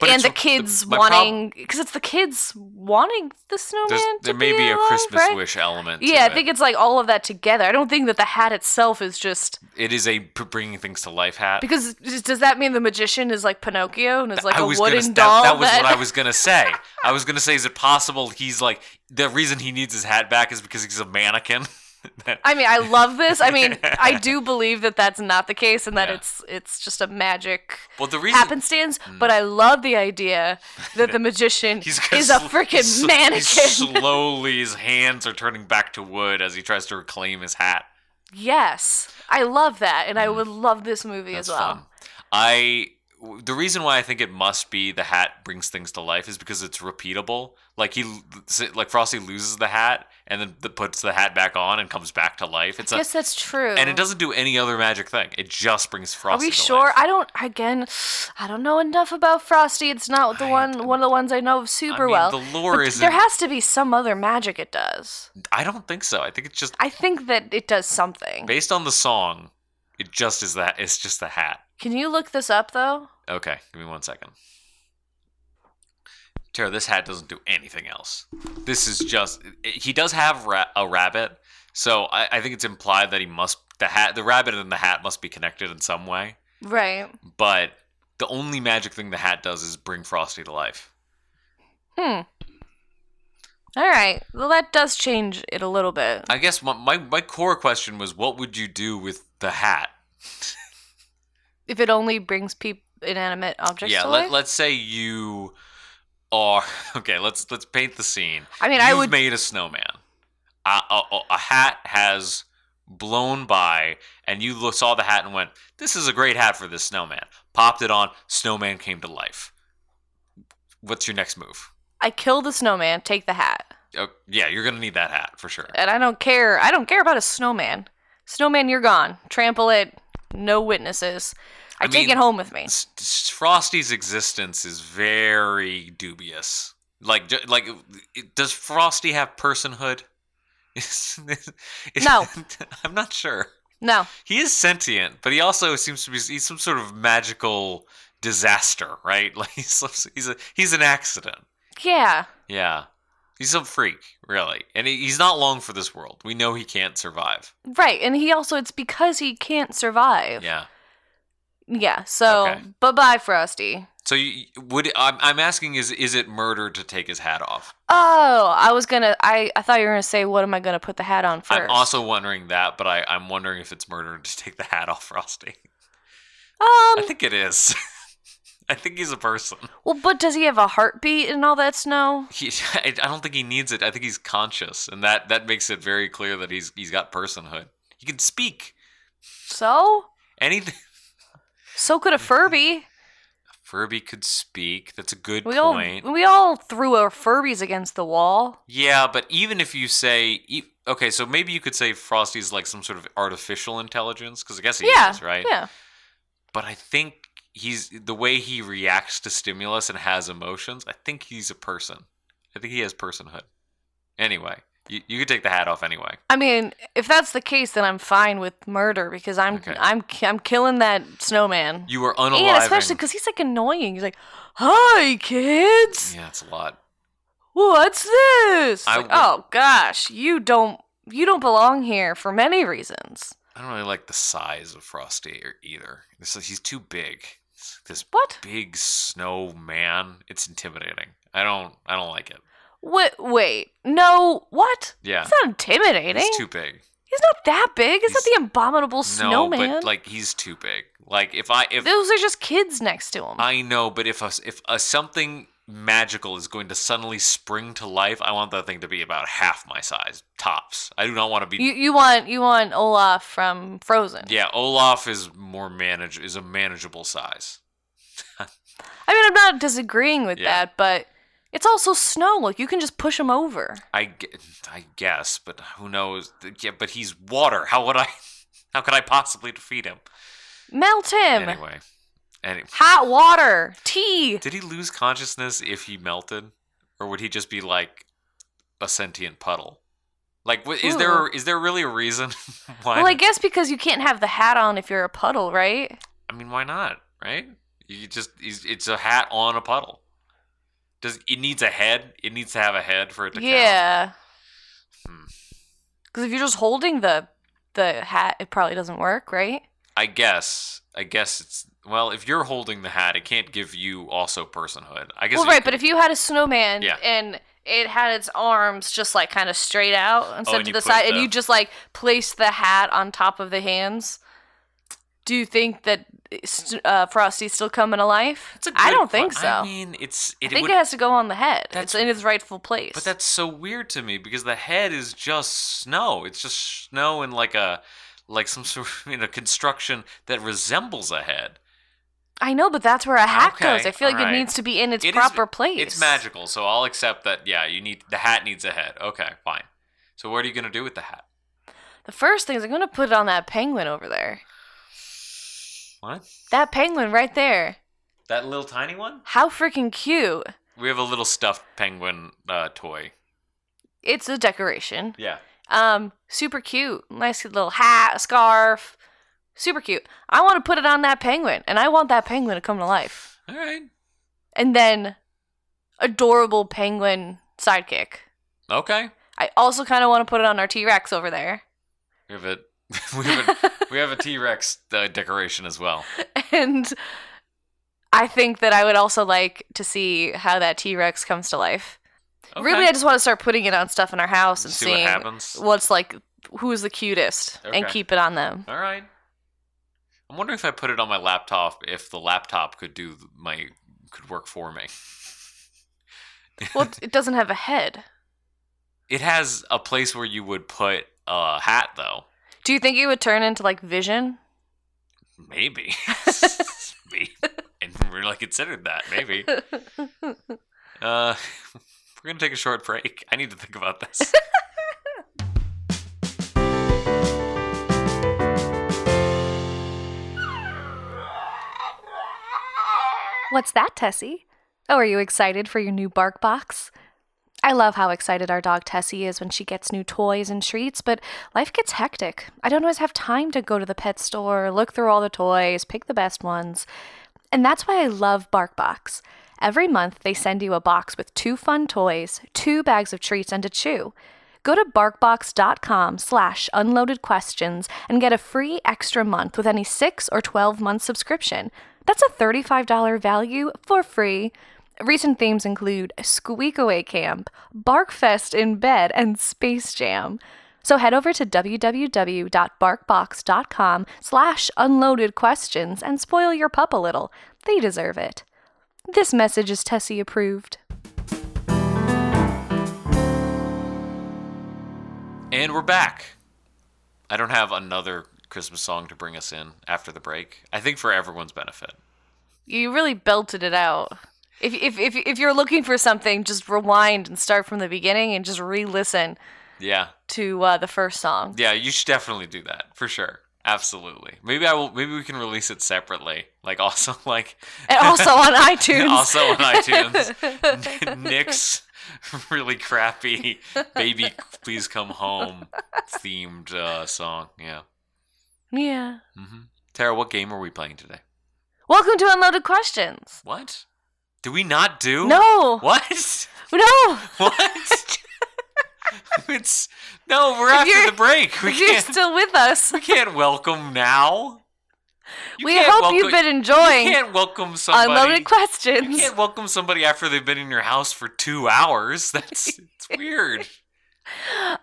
S2: but
S1: and
S2: it's-
S1: the kids
S2: my prob-
S1: wanting cuz it's the kids wanting the snowman
S2: there's-
S1: to
S2: there may
S1: be,
S2: be a
S1: alive,
S2: Christmas
S1: right?
S2: wish element. to
S1: Yeah, I
S2: it.
S1: think it's like all of that together. I don't think that the hat itself is just
S2: it is a p- bringing things to life hat.
S1: because just- does that mean the magician is like Pinocchio and is like
S2: I
S1: a
S2: was
S1: wooden
S2: gonna,
S1: doll
S2: That, that was what I was gonna say. I was gonna say, is it possible he's like the reason he needs his hat back is because he's a mannequin? That-
S1: I mean, I love this. I mean, I do believe that that's not the case and that
S2: Yeah.
S1: it's it's just a magic
S2: well, the reason Mm.
S1: happenstance. But I love the idea that the magician
S2: he's gonna
S1: is a
S2: sl-
S1: freaking
S2: sl-
S1: mannequin.
S2: slowly, his hands are turning back to wood as he tries to reclaim his hat.
S1: yes, I love that, and I would love this movie
S2: Mm. That's
S1: as well.
S2: fun. I w- the reason why I think it must be the hat brings things to life is because it's repeatable. Like he, l- s- like Frosty loses the hat and then th- puts the hat back on and comes back to life. It's a,
S1: Yes, that's true.
S2: and it doesn't do any other magic thing. It just brings
S1: Are
S2: Frosty.
S1: we
S2: to
S1: sure?
S2: life.
S1: I don't. Again, I don't know enough about Frosty. It's not the
S2: I-
S1: one one of the ones I know
S2: I
S1: super
S2: mean,
S1: well.
S2: The lore
S1: But
S2: isn't.
S1: there has to be some other magic it does.
S2: I don't think so. I think it's just
S1: I think that it does something.
S2: based on the song. It just is that. It's just the hat.
S1: Can you look this up though?
S2: Okay, give me one second. Tara, this hat doesn't do anything else. This is just he does have ra- a rabbit, so I, I think it's implied that he must the hat the rabbit and the hat must be connected in some way.
S1: Right.
S2: But the only magic thing the hat does is bring Frosty to life.
S1: Hmm. All right. Well, that does change it a little bit.
S2: I guess my my, my core question was, what would you do with the hat?
S1: if it only brings peop inanimate objects
S2: yeah,
S1: to
S2: let,
S1: life.
S2: let's say you are okay. Let's let's paint the scene.
S1: I mean,
S2: You've
S1: I would.
S2: made a snowman. A, a, a- a hat has blown by, and you look, saw the hat and went, "This is a great hat for this snowman." Popped it on, snowman came to life. What's your next move?
S1: I kill the snowman, take the hat,
S2: Oh, yeah, you're gonna need that hat for sure.
S1: and I don't care. I don't care about a snowman. Snowman, you're gone. Trample it. No witnesses. I,
S2: I
S1: take
S2: mean-
S1: it home with me.
S2: S- S- Frosty's existence is very dubious. Like, ju- like, it- does Frosty have personhood? Is- is-
S1: No.
S2: I'm not sure.
S1: No.
S2: he is sentient, but he also seems to be he's some sort of magical disaster, right? Like he's he's a he's an accident.
S1: Yeah.
S2: Yeah. He's some freak, really. And he, he's not long for this world. We know he can't survive.
S1: Right. And he also it's because he can't survive.
S2: Yeah.
S1: Yeah, so
S2: Okay.
S1: bye bye, Frosty.
S2: So you, would I'm I'm asking is is it murder to take his hat off?
S1: Oh, I was gonna. I, I thought you were gonna say, what am I gonna put the hat on 1st
S2: I'm also wondering that, but I I'm wondering if it's murder to take the hat off Frosty. I
S1: um.
S2: think it is. I think he's a person.
S1: Well, but does he have a heartbeat and all that snow?
S2: he, I I don't think he needs it. I think he's conscious, and that that makes it very clear that he's he's got personhood. He can speak
S1: So,
S2: anything.
S1: so could a Furby.
S2: Furby could speak. That's a good
S1: We
S2: point.
S1: all we all threw our Furbies against the wall.
S2: yeah, but even if you say e- okay, so maybe you could say Frosty's like some sort of artificial intelligence because I guess he
S1: Yeah,
S2: is, right?
S1: Yeah,
S2: But I think he's the way he reacts to stimulus and has emotions. I think he's a person. I think he has personhood. Anyway, you you could take the hat off anyway.
S1: I mean, if that's the case, then I'm fine with murder because I'm
S2: Okay.
S1: I'm I'm killing that snowman.
S2: You are
S1: and
S2: unaliving.
S1: especially because he's like annoying. He's like, "Hi, kids,
S2: yeah, it's a lot.
S1: what's this?"
S2: I
S1: Like,
S2: would-
S1: oh gosh, you don't you don't belong here for many reasons.
S2: I don't really like the size of Frosty or either. This he's too big. This
S1: What?
S2: big snowman. It's intimidating. I don't. I don't like it.
S1: Wait, wait, no, what?
S2: Yeah,
S1: It's not intimidating.
S2: he's too big.
S1: He's not that big. He's not
S2: He's-
S1: the abominable snowman.
S2: No, but like he's too big. Like if I if
S1: Those are just kids next to him.
S2: I know, but if a, if a something magical is going to suddenly spring to life, I want that thing to be about half my size tops. I do not want to be.
S1: You you want you want Olaf from Frozen.
S2: yeah, Olaf is more manage is a manageable size.
S1: I mean, I'm not disagreeing with
S2: Yeah.
S1: that, but it's also snow. Like you can just push him over.
S2: I, gue- I guess, but who knows? Yeah, but he's water. How would I? How could I possibly defeat him?
S1: Melt him.
S2: Anyway, any,
S1: Hot water. Tea.
S2: did he lose consciousness if he melted, or would he just be like a sentient puddle? Like, wh- is there is there really a reason why?
S1: Hmm. Well, I guess because you can't have the hat on if you're a puddle, right?
S2: I mean, why not? Right? You just he's- it's a hat on a puddle. Does it needs a head? It needs to have a head for it to count.
S1: Yeah.
S2: Hmm.
S1: Because if you're just holding the the hat, it probably doesn't work, right?
S2: I guess. I guess it's well. If you're holding the hat, it can't give you also personhood. I guess.
S1: Well,
S2: you
S1: right. But if you had a snowman
S2: Yeah.
S1: and it had its arms just like kind of straight out instead
S2: Oh, and
S1: to
S2: you
S1: the
S2: put
S1: side, and
S2: the-
S1: you just like placed the hat on top of the hands, do you think that st- uh, Frosty's still coming to life?
S2: That's a
S1: I
S2: good
S1: don't
S2: que-
S1: think so.
S2: I mean, it's it,
S1: I think
S2: would,
S1: it has to go on the head. It's
S2: That's-
S1: in its rightful place.
S2: but that's so weird to me because the head is just snow. It's just snow in like a like some sort of you know construction that resembles a head.
S1: I know, but that's where a hat
S2: Okay,
S1: goes. I feel like
S2: alright.
S1: it needs to be in its
S2: It is-
S1: proper place.
S2: It's magical, so I'll accept that. Yeah, you need the hat needs a head. Okay, fine. So what are you gonna do with the hat?
S1: The first thing is I'm gonna put it on that penguin over there.
S2: What?
S1: That penguin right there.
S2: That little tiny one?
S1: How freaking cute.
S2: We have a little stuffed penguin uh, toy.
S1: It's a decoration.
S2: Yeah.
S1: Um, super cute. Nice little hat, scarf. Super cute. I want to put it on that penguin, and I want that penguin to come to life.
S2: All right.
S1: And then, adorable penguin sidekick.
S2: Okay.
S1: I also kind of want to put it on our T Rex over there.
S2: We have a we have a, we have a T Rex uh, decoration as well.
S1: and I think that I would also like to see how that T Rex comes to life.
S2: Okay.
S1: Really, I just want to start putting it on stuff in our house and
S2: see what
S1: seeing
S2: happens.
S1: what's like who's the cutest and
S2: Okay.
S1: keep it on them.
S2: All right. I'm wondering if I put it on my laptop, if the laptop could do my could work for me.
S1: Well, it doesn't have a head.
S2: It has a place where you would put a hat, though.
S1: Do you think it would turn into like vision?
S2: Maybe. Maybe. I didn't really considered that. Maybe. Uh, we're gonna take a short break. I need to think about this.
S1: What's that, Tessie? Oh, are you excited for your new bark box? I love how excited our dog Tessie is when she gets new toys and treats, but life gets hectic. I don't always have time to go to the pet store, look through all the toys, pick the best ones. And that's why I love BarkBox. Every month, they send you a box with two fun toys, two bags of treats, and a chew. Go to BarkBox.com slash unloaded questions and get a free extra month with any 6 or 12-month subscription. That's a $35 value for free. Recent themes include Squeakaway Camp, Barkfest in Bed, and Space Jam. So head over to www.barkbox.com slash unloaded questions and spoil your pup a little. They deserve it. This message is Tessie approved.
S2: and we're back. I don't have another Christmas song to bring us in after the break. I think for everyone's benefit.
S1: You really belted it out. If, if, if, if you're looking for something, just rewind and start from the beginning and just re-listen
S2: Yeah.
S1: to uh, the first song.
S2: Yeah, you should definitely do that for sure. Absolutely. Maybe I will. Maybe we can release it separately. Like also like
S1: And also on iTunes.
S2: also on iTunes. N- Nick's really crappy "Baby Please Come Home" themed uh, song. Yeah.
S1: Yeah.
S2: hmm Tara, what game are we playing today?
S1: Welcome to Unloaded Questions.
S2: What? Do we not do?
S1: No.
S2: What?
S1: No.
S2: What? it's no. We're after
S1: you're-
S2: the break. We
S1: If you're
S2: can't.
S1: still with us,
S2: we can't welcome now. You
S1: we
S2: can't
S1: hope
S2: welcome-
S1: you've been
S2: You
S1: enjoying
S2: can't welcome somebody.
S1: Unloaded Questions.
S2: You can't welcome somebody after they've been in your house for two hours. That's it's weird.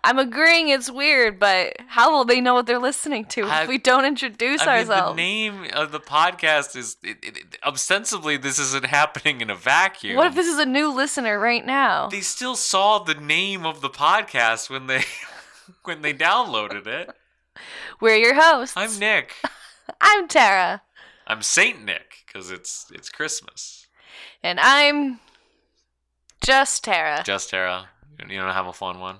S1: I'm agreeing it's weird, but how will they know what they're listening to
S2: I-
S1: if we don't introduce
S2: I mean, the
S1: ourselves?
S2: name of the podcast is it, it, it- ostensibly this isn't happening in a vacuum.
S1: What if this is a new listener right now?
S2: they still saw the name of the podcast when they when they downloaded it?
S1: We're your hosts.
S2: I'm Nick.
S1: I'm Tara,
S2: I'm Saint Nick because it's it's Christmas.
S1: and I'm just Tara.
S2: Just Tara. You don't have a fun one.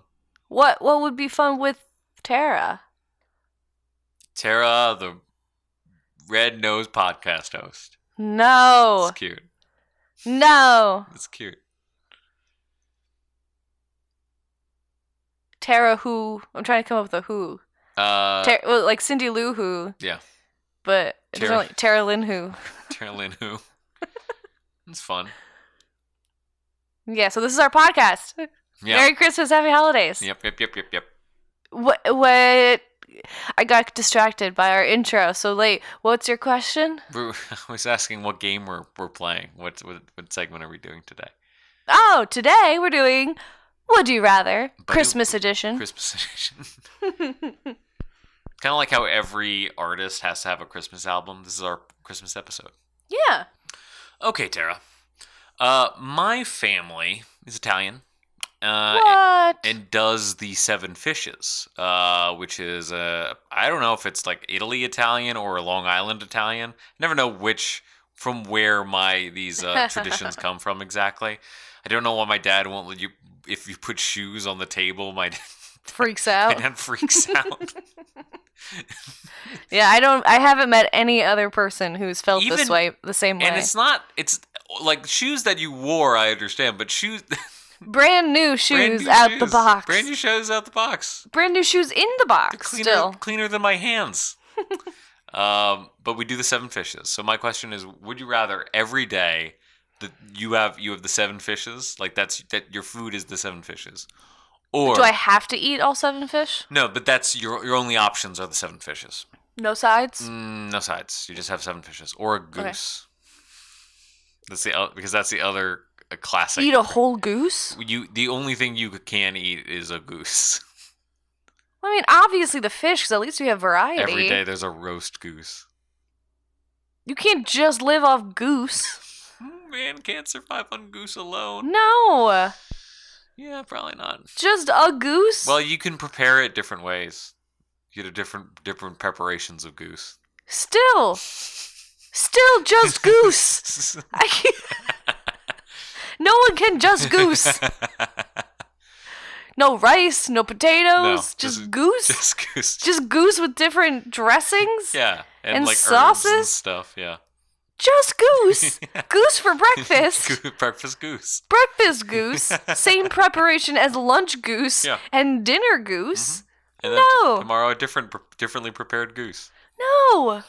S1: what what would be fun with Tara?
S2: Tara, the red nose podcast host.
S1: No.
S2: It's cute.
S1: No.
S2: It's cute.
S1: Tara who. I'm trying to come up with a who.
S2: Uh,
S1: Tara, well, like Cindy Lou who.
S2: Yeah.
S1: But it doesn't
S2: Tara.
S1: really- Tara Lynn who.
S2: Tara Lynn Who. It's fun.
S1: Yeah, so this is our podcast.
S2: Yeah.
S1: Merry Christmas, happy holidays.
S2: Yep, yep, yep, yep, yep.
S1: What what I got distracted by our intro so late. What's your question?
S2: We- I was asking what game we're, we're playing. What, what what segment are we doing today?
S1: Oh, today we're doing Would You Rather Christmas edition.
S2: Christmas edition. kind of like how every artist has to have a Christmas album. This is our Christmas episode.
S1: yeah.
S2: Okay, Tara. Uh, my family is Italian. Uh,
S1: what?
S2: and does the seven fishes uh, which is uh, i don't know if it's like italy italian or long island italian i never know which from where my these uh, traditions come from exactly i don't know why my dad won't let you if you put shoes on the table my dad,
S1: Freaks
S2: my
S1: out.
S2: dad freaks out
S1: Yeah, I don't I haven't met any other person who's felt this
S2: Even-
S1: way the same way.
S2: and it's not it's like shoes that you wore i understand but shoes
S1: brand new shoes
S2: brand new
S1: out the
S2: shoes.
S1: box.
S2: brand new shoes out the box
S1: Brand new shoes in the
S2: They're
S1: box
S2: cleaner,
S1: still.
S2: cleaner than my hands. um, but we do the seven fishes. So my question is: Would you rather every day that you have you have the seven fishes, like that's that your food is the seven fishes, or
S1: Do I have to eat all seven fish?
S2: no? But that's your your only options are the seven fishes.
S1: No sides?
S2: Mm, no sides. You just have seven fishes or a
S1: Okay.
S2: goose. That's the o- because that's the other uh, classic.
S1: eat a whole goose?
S2: you the only thing you can eat is a goose.
S1: I mean, obviously the fish, because at least we have variety.
S2: Every day there's a roast goose.
S1: You can't just live off goose.
S2: Mm, Man can't survive on goose alone.
S1: No,
S2: Yeah, probably not.
S1: just a goose.
S2: Well, you can prepare it different ways. You get a different different preparations of goose.
S1: still, still just goose. I can't- no one can just goose. No rice, no potatoes,
S2: No,
S1: just,
S2: just-
S1: goose. Just,
S2: Just goose.
S1: goose with different dressings.
S2: yeah, and,
S1: and
S2: like herbs and
S1: sauces?
S2: stuff. Yeah,
S1: Just goose. goose for breakfast.
S2: Goo- breakfast goose.
S1: breakfast goose. Same preparation as lunch goose
S2: Yeah. Mm-hmm.
S1: and dinner goose.
S2: And then t-
S1: No.
S2: tomorrow a different, pre- differently prepared goose.
S1: No.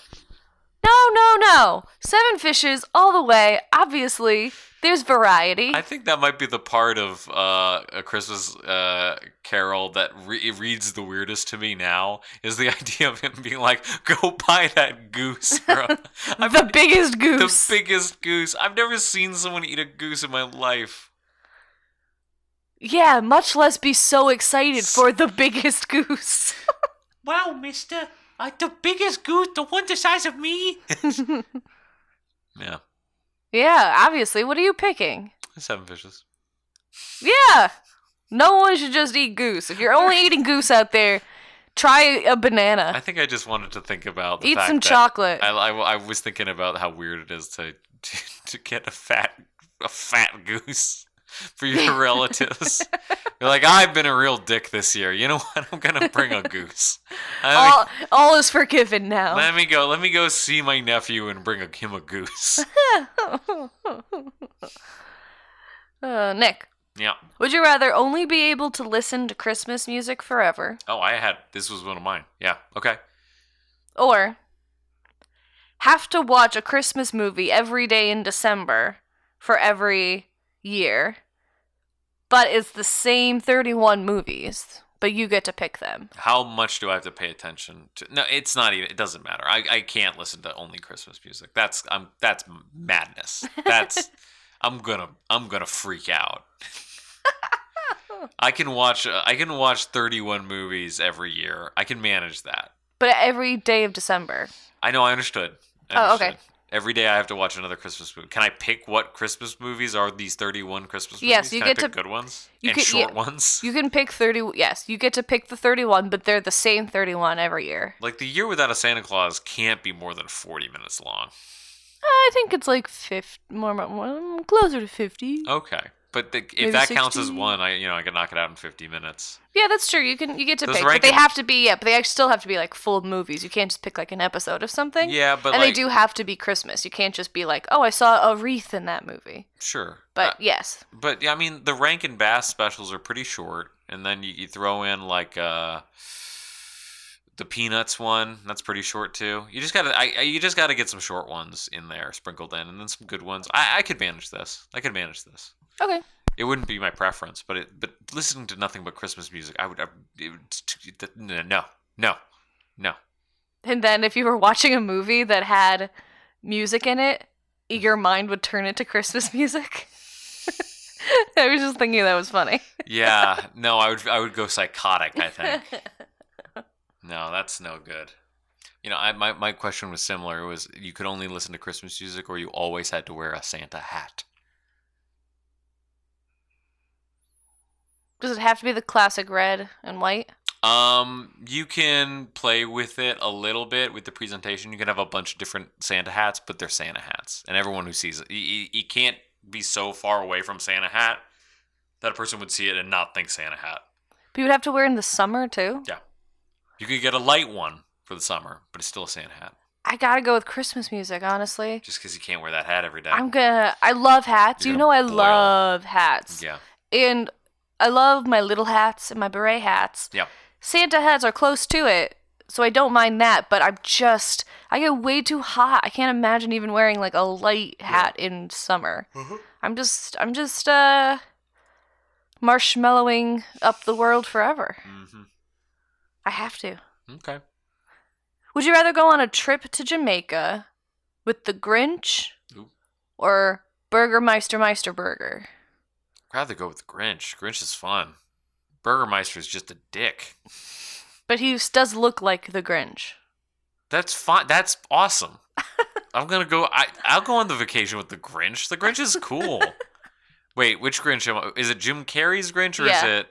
S1: No, no, no. Seven fishes all the way. Obviously, there's variety.
S2: I think that might be the part of uh, a Christmas uh, Carol that re- it reads the weirdest to me now is the idea of him being like, "Go buy that goose." bro." I've
S1: the biggest goose.
S2: The biggest goose. I've never seen someone eat a goose in my life.
S1: yeah, much less be so excited for the biggest goose.
S2: Wow, mister. Uh, the biggest goose, the one the size of me. yeah,
S1: yeah, obviously. What are you picking?
S2: seven fishes.
S1: Yeah. No one should just eat goose. If you're only eating goose out there, try a
S2: I
S1: banana.
S2: think I just wanted to think about the
S1: Eat
S2: fact
S1: some
S2: that
S1: chocolate.
S2: I, I, I was thinking about how weird it is to, to, to get a fat a fat goose for your relatives. You're like, I've been a real dick this year. You know what? I'm gonna bring a goose. I mean,
S1: all, all is forgiven now.
S2: Let me go. Let me go see my nephew and bring a, him a goose.
S1: uh, Nick,
S2: yeah.
S1: would you rather only be able to listen to Christmas music forever
S2: Oh, I had this was one of mine. Yeah. Okay.
S1: or have to watch a Christmas movie every day in December for every year, but it's the same 31 movies, but you get to pick them?
S2: How much do I have to pay attention to? No, it's not even. It doesn't matter. I, I can't listen to only Christmas music. That's I'm that's madness. That's I'm gonna I'm gonna freak out. I can watch uh, I can watch 31 movies every year. I can manage that.
S1: But every day of December.
S2: I know. I understood. I
S1: Oh, okay.
S2: understood. Every day I have to watch another Christmas movie. Can I pick what Christmas movies are these 31 Christmas movies?
S1: Yes, you
S2: can
S1: get
S2: I pick
S1: to-
S2: good ones
S1: you
S2: and
S1: could- yeah.
S2: short ones.
S1: You can pick 30. Yes, you get to pick the 31, but they're the same 31 every year.
S2: Like the year without a Santa Claus can't be more than 40 minutes long.
S1: I think it's like fifth, more, more, more closer to fifty.
S2: Okay. But the, if
S1: Maybe
S2: that counts as
S1: 60.
S2: one, I you know I could knock it out in 50 minutes.
S1: Yeah, that's true. You can you get to
S2: Those
S1: pick, but they
S2: rankings-
S1: have to be yeah, but they act- still have to be like full movies. You can't just pick like an episode of something.
S2: Yeah, but
S1: and
S2: like
S1: they do have to be Christmas. You can't just be like, oh, I saw a wreath in that movie.
S2: sure.
S1: But
S2: Uh,
S1: yes,
S2: but yeah, I mean the Rankin Bass specials are pretty short, and then you, you throw in like uh the Peanuts one. That's pretty short too. You just gotta I, I you just gotta get some short ones in there sprinkled in, and then some good ones. I, I could manage this. I could manage this.
S1: okay,
S2: It wouldn't be my preference, but it, but listening to nothing but Christmas music, I would. I, it, would- t- t- no, no, no, no.
S1: and then if you were watching a movie that had music in it, your mind would turn into Christmas music. I was just thinking that was funny.
S2: Yeah, no. I would. I would go psychotic. I think. No, that's no good. You know, I, my my question was similar. It was you could only listen to Christmas music, or you always had to wear a Santa hat.
S1: Does it have to be the classic red and white?
S2: Um, you can play with it a little bit with the presentation. You can have a bunch of different Santa hats, but they're Santa hats, and everyone who sees it, you, you, you can't be so far away from Santa hat that a person would see it and not think Santa hat.
S1: But you would have to wear in the summer too.
S2: You could get a light one for the summer, but it's still a Santa hat,
S1: I gotta go with Christmas music, honestly.
S2: just because you can't wear that hat every day.
S1: I'm gonna. I love hats.
S2: You're
S1: you
S2: gonna
S1: know, I
S2: boil.
S1: love hats.
S2: yeah,
S1: And I love my little hats and my beret hats.
S2: Yeah.
S1: Santa hats are close to it, so I don't mind that, but I'm just. I get way too hot. I can't imagine even wearing like a light hat in summer.
S2: Mm-hmm.
S1: I'm just. I'm just, uh. Marshmallowing up the world forever.
S2: hmm
S1: I have to.
S2: okay.
S1: Would you rather go on a trip to Jamaica with the Grinch
S2: Ooh.
S1: or Burgermeister Meister Burger?
S2: I'd rather go with the Grinch. Grinch is fun. Burgermeister is just a dick.
S1: But he s- does look like the Grinch.
S2: That's fine. That's awesome. I'm gonna go. I I'll go on the vacation with the Grinch. The Grinch is cool. Wait, which Grinch? Am I, is it Jim Carrey's Grinch or
S1: Yeah.
S2: is it?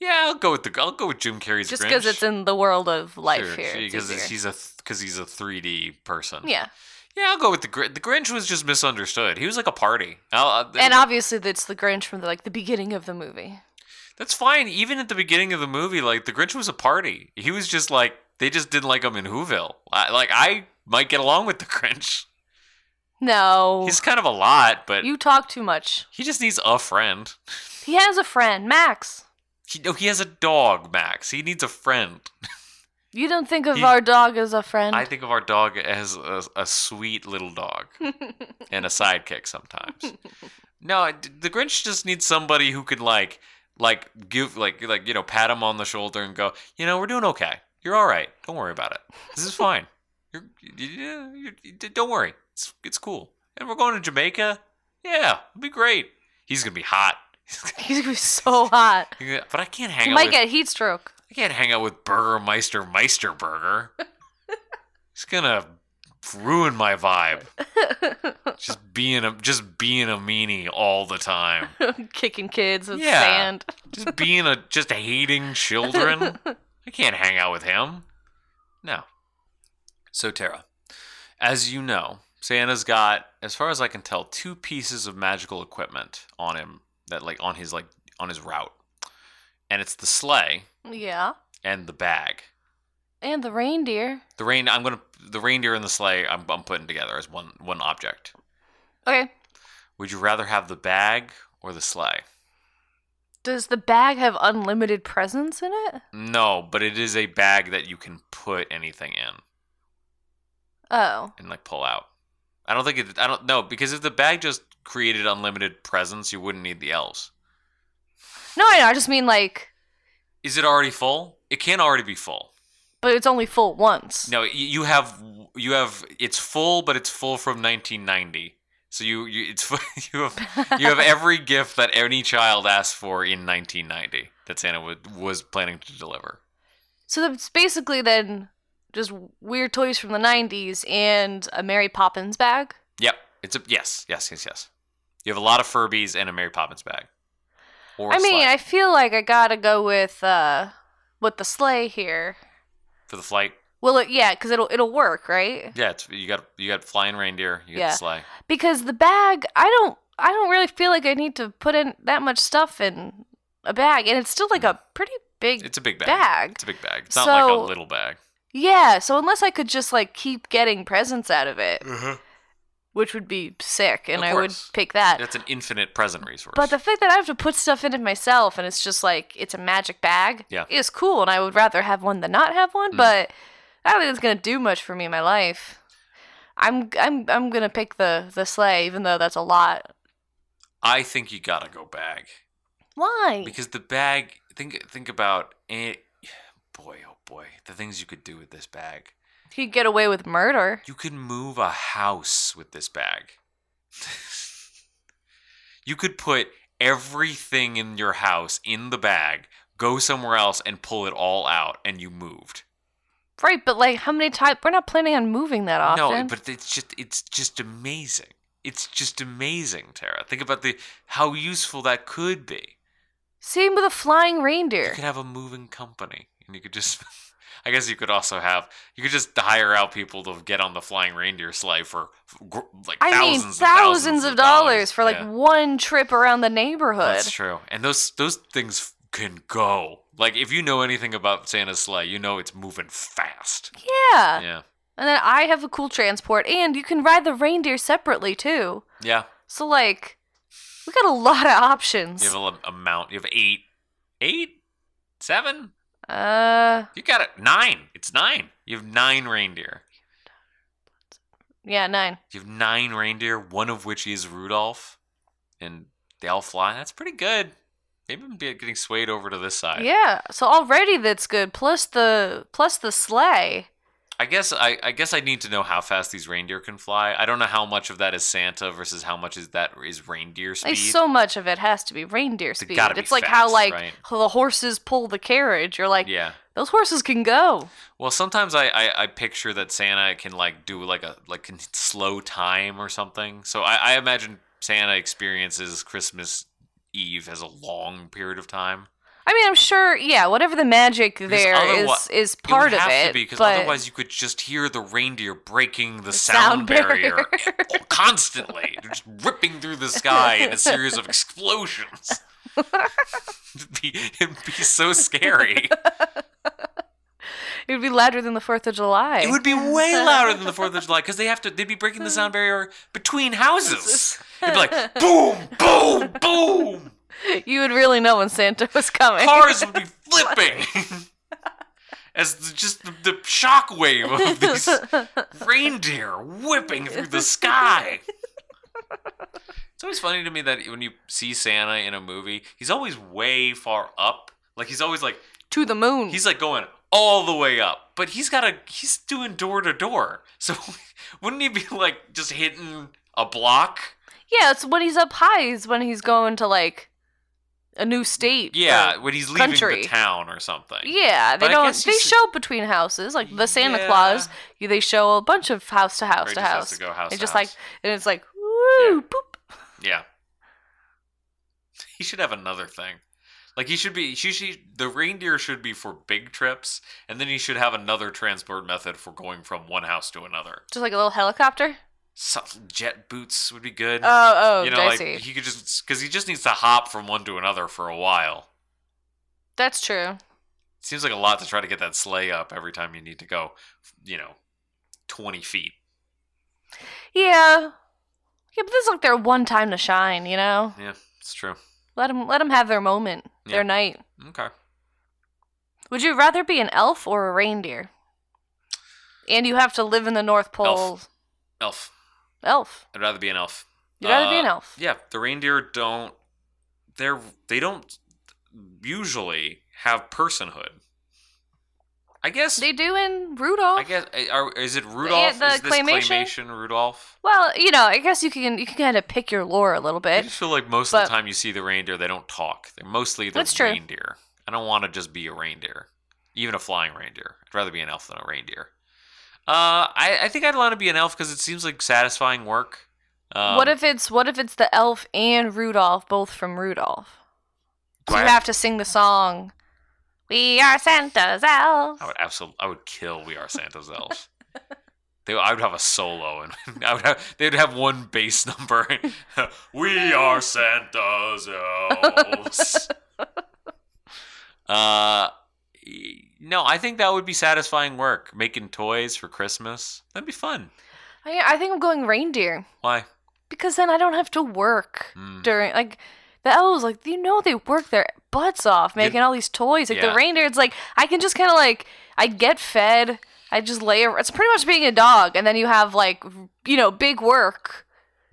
S2: Yeah, I'll go with the. I'll go with Jim Carrey's
S1: Just
S2: Grinch.
S1: because it's in the world of life here. it's
S2: Because
S1: easier.
S2: he's a because he's a 3D person.
S1: yeah,
S2: Yeah, I'll go with the Grinch. The Grinch was just misunderstood. He was like a party. I'll, uh, i
S1: and obviously that's the Grinch from the, like the beginning of the movie.
S2: That's fine. Even at the beginning of the movie, like the Grinch was a party. He was just like they just didn't like him in Whoville. I, like I might get along with the Grinch.
S1: No,
S2: He's kind of a lot, but
S1: you talk too much.
S2: he just needs a friend.
S1: He has a friend, Max.
S2: He, no, he has a dog, Max. He needs a friend.
S1: You don't think of
S2: He-
S1: our dog as a friend.
S2: I think of our dog as a, a sweet little dog and a sidekick sometimes. No, I- the Grinch just needs somebody who can like, like give, like, like you know, pat him on the shoulder and go, you know, we're doing okay. You're all right. Don't worry about it. This is fine. You're, you, you, you, you- don't worry. It's it's cool. And we're going to Jamaica. Yeah, it'll be great. He's gonna be hot.
S1: He's gonna be so hot.
S2: but I can't
S1: He
S2: hang out
S1: might
S2: with
S1: get heat stroke.
S2: I can't hang out with Burgermeister Meisterburger. it's gonna ruin my vibe. Just being a just being a meanie all the time.
S1: Kicking kids with
S2: Yeah.
S1: sand.
S2: Just being a just hating children. I can't hang out with him. No. So Tara, as you know, Santa's got, as far as I can tell, two pieces of magical equipment on him that like on his like on his route. And it's the sleigh
S1: Yeah,
S2: and the bag.
S1: and the reindeer.
S2: The rain. I'm gonna the reindeer and the sleigh. I'm, I'm putting together as one one object.
S1: Okay.
S2: Would you rather have the bag or the sleigh?
S1: Does the bag have unlimited presents in it?
S2: No, but it is a bag that you can put anything in
S1: Oh.
S2: and like pull out. I don't think it. I don't know because if the bag just created unlimited presents, you wouldn't need the elves.
S1: No, I know. I just mean like,
S2: Is it already full? It can't already be full.
S1: but it's only full once.
S2: No, you- you have you have it's full, but it's full from 1990. So you, you it's fu- you have you have every gift that any child asked for in 1990 that Santa would, was planning to deliver.
S1: So that's basically then just weird toys from the 90s and a Mary Poppins bag.
S2: Yep. It's a yes, yes, yes, yes. You have a lot of Furbies and a Mary Poppins bag. Or
S1: I
S2: a
S1: mean,
S2: sled
S1: I feel like I gotta go with uh, with the sleigh here.
S2: for the flight.
S1: Well, it, yeah, because it'll it'll work, right?
S2: Yeah, it's you got you got flying reindeer, you got
S1: Yeah.
S2: the sleigh.
S1: Because the bag, I don't. I don't really feel like I need to put in that much stuff in a bag, and it's still like a pretty big
S2: It's a big bag.
S1: bag.
S2: It's a big bag. It's not like a
S1: So-
S2: little bag.
S1: Yeah, so unless I could just like keep getting presents out of it, which would be sick, and
S2: Of
S1: I would
S2: course.
S1: pick that.
S2: That's an infinite present resource.
S1: But the fact that I have to put stuff in it myself and it's just like it's a magic bag
S2: Yeah.
S1: is cool, and I would rather have one than not have one.
S2: Mm.
S1: But I don't think it's gonna do much for me in my life. I'm I'm I'm gonna pick the the sleigh, even though that's a lot.
S2: I think you gotta go bag
S1: Why?
S2: because the bag. Think think about it. Boy, oh boy, the things you could do with this bag.
S1: He could get away with murder.
S2: You could move a house with this bag. you could put everything in your house in the bag, go somewhere else, and pull it all out, and you moved.
S1: Right, but like how many times we're not planning on moving that often.
S2: No, but it's just it's just amazing. It's just amazing, Tara. Think about the how useful that could be.
S1: Same with a flying
S2: You
S1: reindeer.
S2: could have a moving company, and you could just. I guess you could also have you could just hire out people to get on the flying reindeer sleigh for gr- like
S1: I mean thousands,
S2: thousands and thousands
S1: of dollars for like
S2: Yeah,
S1: one trip around the neighborhood.
S2: that's true. And those those things can go. Like if you know anything about Santa's sleigh, you know it's moving fast.
S1: Yeah.
S2: yeah,
S1: And then I have a cool transport and you can ride the reindeer separately too.
S2: yeah.
S1: So like we got a lot of options.
S2: You have a l- amount. You have eight, eight, seven.
S1: uh
S2: You got it. Nine. It's nine. You have nine reindeer.
S1: yeah, 9.
S2: You have nine reindeer, one of which is Rudolph, and they all fly. That's pretty good. They've been be- getting swayed over to this side.
S1: Yeah. So already that's good plus the plus the sleigh.
S2: I guess I, I guess I need to know how fast these reindeer can fly. I don't know how much of that is Santa versus how much is that is reindeer speed.
S1: Like so much of it has to be reindeer speed.
S2: gotta be
S1: it's like how
S2: fast,
S1: like
S2: right?
S1: how the horses pull the carriage. You're like
S2: yeah.
S1: those horses can go.
S2: Well, sometimes I, I, I picture that Santa can like do like a like can slow time or something. So I, I imagine Santa experiences Christmas Eve as a long period of time.
S1: I mean, I'm sure. Yeah, whatever the magic there is
S2: otherwi-
S1: is part
S2: it would
S1: of
S2: have
S1: it.
S2: to be because
S1: but
S2: otherwise you could just hear the reindeer breaking the, sound,
S1: sound
S2: barrier,
S1: barrier.
S2: constantly They're just ripping through the sky in a series of explosions it'd, be, it'd be so scary
S1: it would be louder than the Fourth of July.
S2: it would be way louder than the fourth of july because they have to they'd be breaking the sound barrier between houses it'd be like boom boom boom
S1: you would really know when Santa was coming.
S2: cars would be flipping as the, just the, the shockwave of these reindeer whipping through the sky. It's always funny to me that when you see Santa in a movie, he's always way far up. Like he's always like
S1: to the moon.
S2: he's like going all the way up, but he's got a he's doing door to door. So wouldn't he be like just hitting a block?
S1: yeah, it's when he's up high. Is when he's going to like a new state.
S2: Yeah,
S1: or-
S2: Uh, when he's leaving
S1: country.
S2: the town or something.
S1: yeah, they
S2: But I
S1: don't.
S2: guess
S1: They
S2: he's-
S1: show between houses, like the Santa
S2: Yeah.
S1: Claus. you- They show a bunch of house to house
S2: Right,
S1: to
S2: just has
S1: house.
S2: to go house
S1: and
S2: to
S1: just
S2: house.
S1: like, and it's like, woo,
S2: Yeah.
S1: boop.
S2: Yeah. He should have another thing. Like he should be she should the reindeer should be for big trips, and then he should have another transport method for going from one house to another.
S1: Just like a little helicopter.
S2: So, jet boots would be good.
S1: Oh, oh,
S2: you know,
S1: I
S2: like
S1: see.
S2: he could just because he just needs to hop from one to another for a while.
S1: That's true.
S2: Seems like a lot to try to get that sleigh up every time you need to go, you know, twenty feet.
S1: Yeah. Yeah, but this is like their one time to shine, you know?
S2: Yeah, it's true.
S1: Let them, let them have their moment,
S2: Yeah.
S1: their night.
S2: Okay.
S1: Would you rather be an elf or a reindeer? And you have to live in the North Pole. Elf.
S2: Elf. I'd rather be an elf.
S1: You'd rather be
S2: Uh,
S1: an elf.
S2: Yeah, the reindeer don't. They're they don't usually have personhood. I guess.
S1: They do in Rudolph.
S2: I guess. eh, Are, is it Rudolph?
S1: the
S2: is this
S1: claymation?
S2: claymation Rudolph?
S1: Well, you know, I guess you can you can kind of pick your lore a little
S2: I
S1: bit.
S2: just feel like most of
S1: but-
S2: the time you see the reindeer, they don't talk. They're mostly the
S1: That's true.
S2: reindeer. I don't want to just be a reindeer, even a flying reindeer. I'd rather be an elf than a reindeer. Uh, I, I think I'd want to be an elf because it seems like satisfying work. Um,
S1: what if it's what if it's the elf and Rudolph both from Rudolph?
S2: do
S1: So
S2: I
S1: you have to sing the song. We are Santa's elves.
S2: I would absolutely. I would kill. We are Santa's elves. They, I would have a solo, and I would have. They would have one bass number. we are Santa's elves. uh, y- no, I think that would be satisfying work. Making toys for Christmas. That'd be fun.
S1: I, I think I'm going reindeer
S2: Why?
S1: because then I don't have to work
S2: Mm.
S1: during like the elves. Like you know, they work their butts off
S2: Yeah.
S1: making all these toys. Like
S2: Yeah.
S1: the reindeer, it's like I can just kind of like I get fed. I just lay. ar- It's pretty much being a dog, and then you have like you know big work.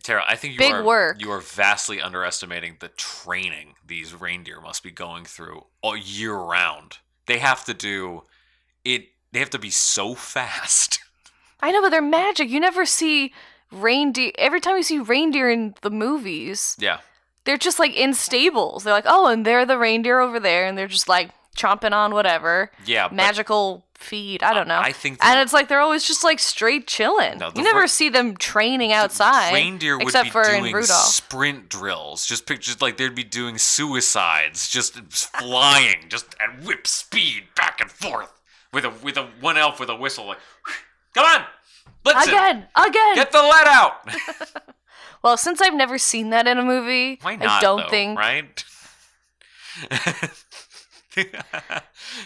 S2: Tara, I think you
S1: Big
S2: are
S1: work.
S2: you are vastly underestimating the training these reindeer must be going through all year round. They have to do it they have to be so fast.
S1: I know, but they're magic. You never see reindeer. Every time you see reindeer in the movies,
S2: Yeah.
S1: they're just like in stables. They're like, oh, and they're the reindeer over there, and they're just like chomping on whatever
S2: Yeah. but
S1: magical feed. I don't know.
S2: I think
S1: and it's like they're always just like straight chilling.
S2: No, the
S1: you never
S2: re-
S1: see them training outside.
S2: reindeer would
S1: except
S2: be
S1: for in
S2: doing
S1: Rudolph.
S2: sprint drills. Just pictures like they'd be doing suicides, just flying, just at whip speed back and forth with a with a one elf with a whistle like come on. Blitzen,
S1: again, again.
S2: get the lead out.
S1: well, since I've never seen that in a movie,
S2: Why not?
S1: I don't
S2: though,
S1: think
S2: Right?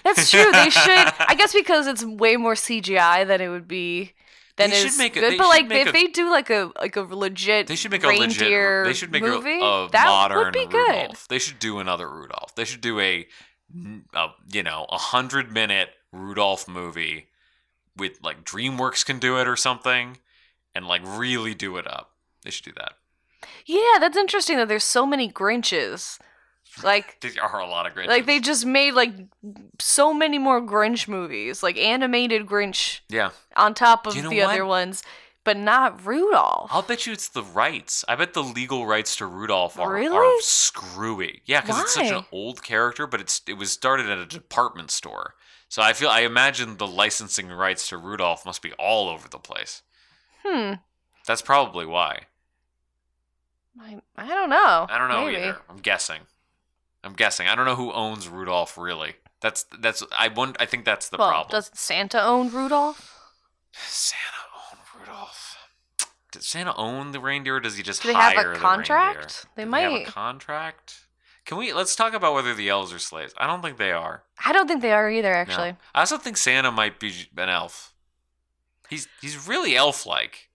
S1: that's true. They should. I guess because it's way more CGI than it would be. Than
S2: They should
S1: is
S2: make a-
S1: good,
S2: they
S1: but
S2: should
S1: like
S2: make
S1: if
S2: a-
S1: they do like a like a legit
S2: they should make a legit.
S1: reindeer
S2: They should make a-
S1: movie,
S2: a,
S1: that
S2: modern
S1: would be
S2: Rudolph.
S1: good.
S2: They should do another Rudolph. They should do a, a you know, a hundred minute Rudolph movie with like DreamWorks can do it or something, and like really do it up. They should do that.
S1: Yeah, that's interesting that there's so many Grinches. Like
S2: There are a lot of great.
S1: like they just made like so many more Grinch movies, like animated Grinch
S2: Yeah,
S1: on top of
S2: You know
S1: the other
S2: what?
S1: ones, but not Rudolph.
S2: I'll bet you it's the rights. I bet the legal rights to Rudolph are, are
S1: Really?
S2: screwy. Yeah, because it's such an
S1: Why?
S2: old character, but it's it was started at a department store. So I feel I imagine the licensing rights to Rudolph must be all over the place.
S1: Hmm.
S2: That's probably why.
S1: I, I don't know.
S2: I don't know
S1: Maybe.
S2: either. I'm guessing. I'm guessing. I don't know who owns Rudolph really. That's that's I wonder, I think that's the
S1: well,
S2: problem.
S1: doesn't Santa own Rudolph?
S2: Santa own Rudolph? Does Santa own the reindeer? Or does he just
S1: Do they have
S2: hire
S1: a
S2: the
S1: contract?
S2: reindeer?
S1: They
S2: Do have
S1: might.
S2: a contract. Can we? Let's talk about whether the elves are slaves. I don't think they are.
S1: I don't think they are either.
S2: no.
S1: Actually,
S2: I also think Santa might be an elf. He's he's really elf-like.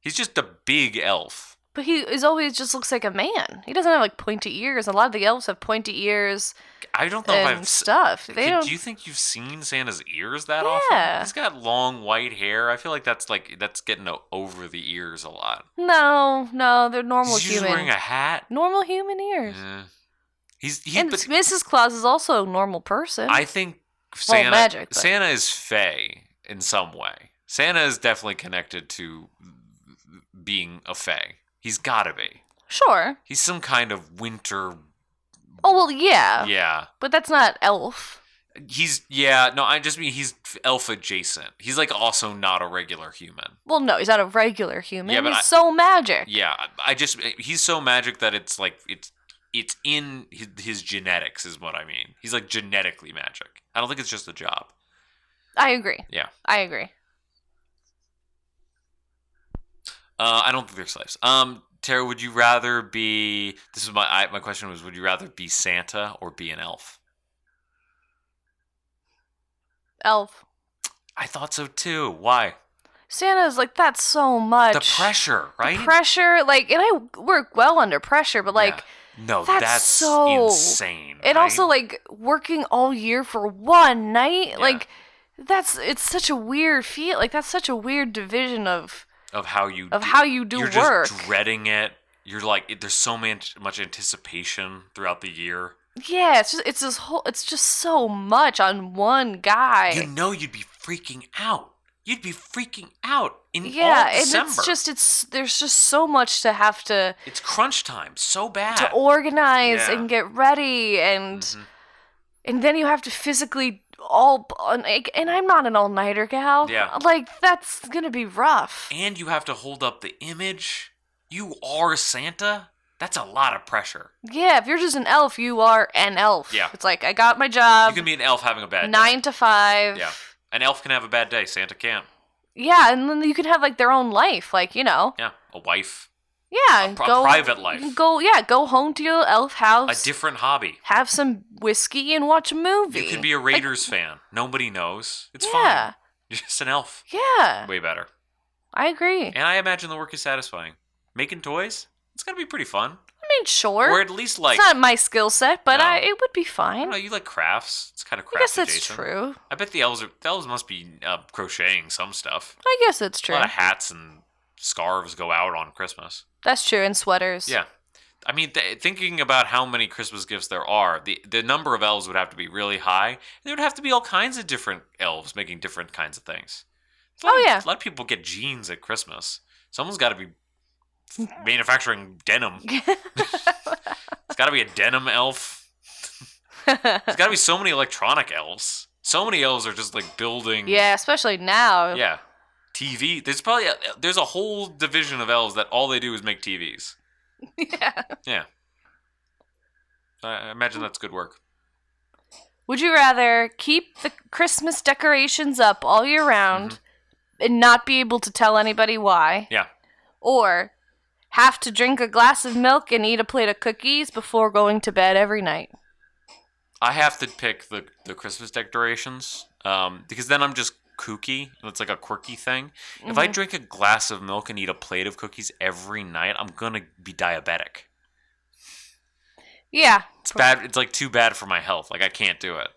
S2: He's just a big elf.
S1: but he is always just looks like a man. He doesn't have like pointy ears. A lot of the elves have pointy ears
S2: I don't know if I've.
S1: and
S2: s-
S1: stuff. They
S2: Could-
S1: don't.
S2: do you think you've seen Santa's ears that often?
S1: Yeah.
S2: He's got long white hair. I feel like that's like that's getting o- over the ears a lot.
S1: No, no, they're normal
S2: He's usually
S1: human.
S2: wearing a hat.
S1: normal human ears.
S2: Yeah. He's he,
S1: And
S2: but-
S1: Mrs. Claus is also a normal person.
S2: I think
S1: Well,
S2: Santa
S1: magic, but-
S2: Santa is fey in some way. Santa is definitely connected to being a fey. He's got to be.
S1: sure.
S2: He's some kind of winter.
S1: Oh well, yeah,
S2: Yeah.
S1: but that's not elf.
S2: He's yeah. No, I just mean he's elf adjacent. He's like also not a regular human.
S1: Well, no, he's not a regular human.
S2: Yeah, but
S1: he's
S2: I-
S1: so magic.
S2: Yeah. I- I just eh, he's so magic that it's like it's it's in his, his genetics is what I mean. He's like genetically magic. I don't think it's just a job.
S1: I agree.
S2: Yeah.
S1: I agree.
S2: Uh, I don't think they're slaves. Um, Tara, would you rather be? This is my I, my question was: Would you rather be Santa or be an elf?
S1: Elf.
S2: I thought so too. Why?
S1: Santa's like that's so much.
S2: The pressure,
S1: The
S2: right?
S1: pressure, like, and I work well under pressure, but like,
S2: Yeah. no, that's,
S1: that's so-
S2: insane.
S1: and
S2: right?
S1: also like working all year for one night,
S2: Yeah.
S1: like, that's it's such a weird feel. Like that's such a weird division of
S2: of how you
S1: of
S2: do-
S1: how you do
S2: you're
S1: work.
S2: just dreading it. You're like it- there's so much much anticipation throughout the year.
S1: yeah, it's just it's this whole it's just so much on one guy.
S2: You know you'd be freaking out. You'd be freaking out in
S1: yeah,
S2: all
S1: and
S2: December.
S1: it's just it's there's just so much to have to
S2: It's crunch time so bad.
S1: to organize
S2: Yeah.
S1: and get ready and
S2: Mhm.
S1: and then you have to physically all and and I'm not an all-nighter gal.
S2: Yeah.
S1: Like that's going to be rough.
S2: and you have to hold up the image. You are Santa. That's a lot of pressure.
S1: yeah, if you're just an elf, you are an elf.
S2: Yeah.
S1: It's like I got my
S2: You
S1: job
S2: can be an elf having a bad
S1: 9 to 5.
S2: day. Yeah, an elf can have a bad day. Santa can't.
S1: yeah, and then you can have like their own life, like you know,
S2: Yeah, a wife,
S1: yeah,
S2: pri-
S1: go
S2: private life.
S1: go yeah, go home to your elf
S2: a
S1: house,
S2: different hobby.
S1: have some whiskey and watch a movie.
S2: You could be a Raiders fan. Nobody knows. It's
S1: yeah,
S2: fine. You're just an elf.
S1: yeah,
S2: Way better.
S1: I agree.
S2: And I imagine the work is satisfying. Making toys, it's gotta be pretty fun.
S1: I mean, sure,
S2: or at least like
S1: it's not my skill set, but
S2: No.
S1: I it would be
S2: I don't
S1: fine.
S2: know, you like crafts. It's kind of
S1: I
S2: crafty.
S1: guess that's
S2: Jason.
S1: true.
S2: I bet the elves are the elves must be uh, crocheting some stuff.
S1: I guess that's true.
S2: A lot of hats and scarves go out on Christmas.
S1: That's true. And sweaters.
S2: Yeah. I mean, th- thinking about how many Christmas gifts there are, the the number of elves would have to be really high. And there would have to be all kinds of different elves making different kinds of things. A lot
S1: Oh,
S2: of-
S1: yeah.
S2: a lot of people get jeans at Christmas. Someone's got to be f- manufacturing denim. It's got to be a denim elf. There's got to be so many electronic elves. So many elves are just like building.
S1: yeah, especially now.
S2: Yeah. TV. There's probably a, there's a whole division of elves that all they do is make TVs.
S1: yeah.
S2: Yeah. I I
S1: Hmm.
S2: imagine that's good work.
S1: Would you rather keep the Christmas decorations up all year round
S2: Mm-hmm.
S1: and not be able to tell anybody why?
S2: Yeah.
S1: Or have to drink a glass of milk and eat a plate of cookies before going to bed every night?
S2: I have to pick the, the Christmas decorations um, because then I'm just kooky. That's like a quirky thing. If I
S1: Mm-hmm.
S2: drink a glass of milk and eat a plate of cookies every night, I'm going to be diabetic.
S1: Yeah.
S2: It's bad. It's like too bad for my health. Like I can't do it.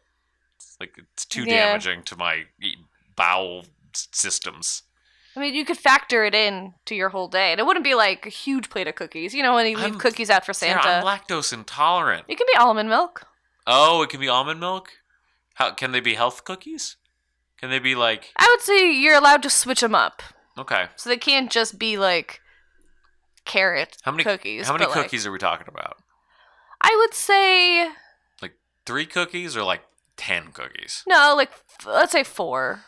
S2: It's like it's too
S1: Yeah.
S2: damaging to my e- bowel s- systems.
S1: I mean, you could factor it in to your whole day. And it wouldn't be like a huge plate of cookies. You know, when you leave
S2: I'm-
S1: cookies out for
S2: Um, Sarah,
S1: Santa.
S2: I'm lactose intolerant.
S1: it could be almond milk.
S2: Oh, it can be almond milk. How can they be health cookies? Can they be like
S1: I would say you're allowed to switch them up.
S2: okay?
S1: So they can't just be like carrot
S2: How many
S1: cookies.
S2: How many
S1: but, like,
S2: cookies are we talking about?
S1: I would say
S2: Three cookies or like ten cookies?
S1: no, like f- let's say four.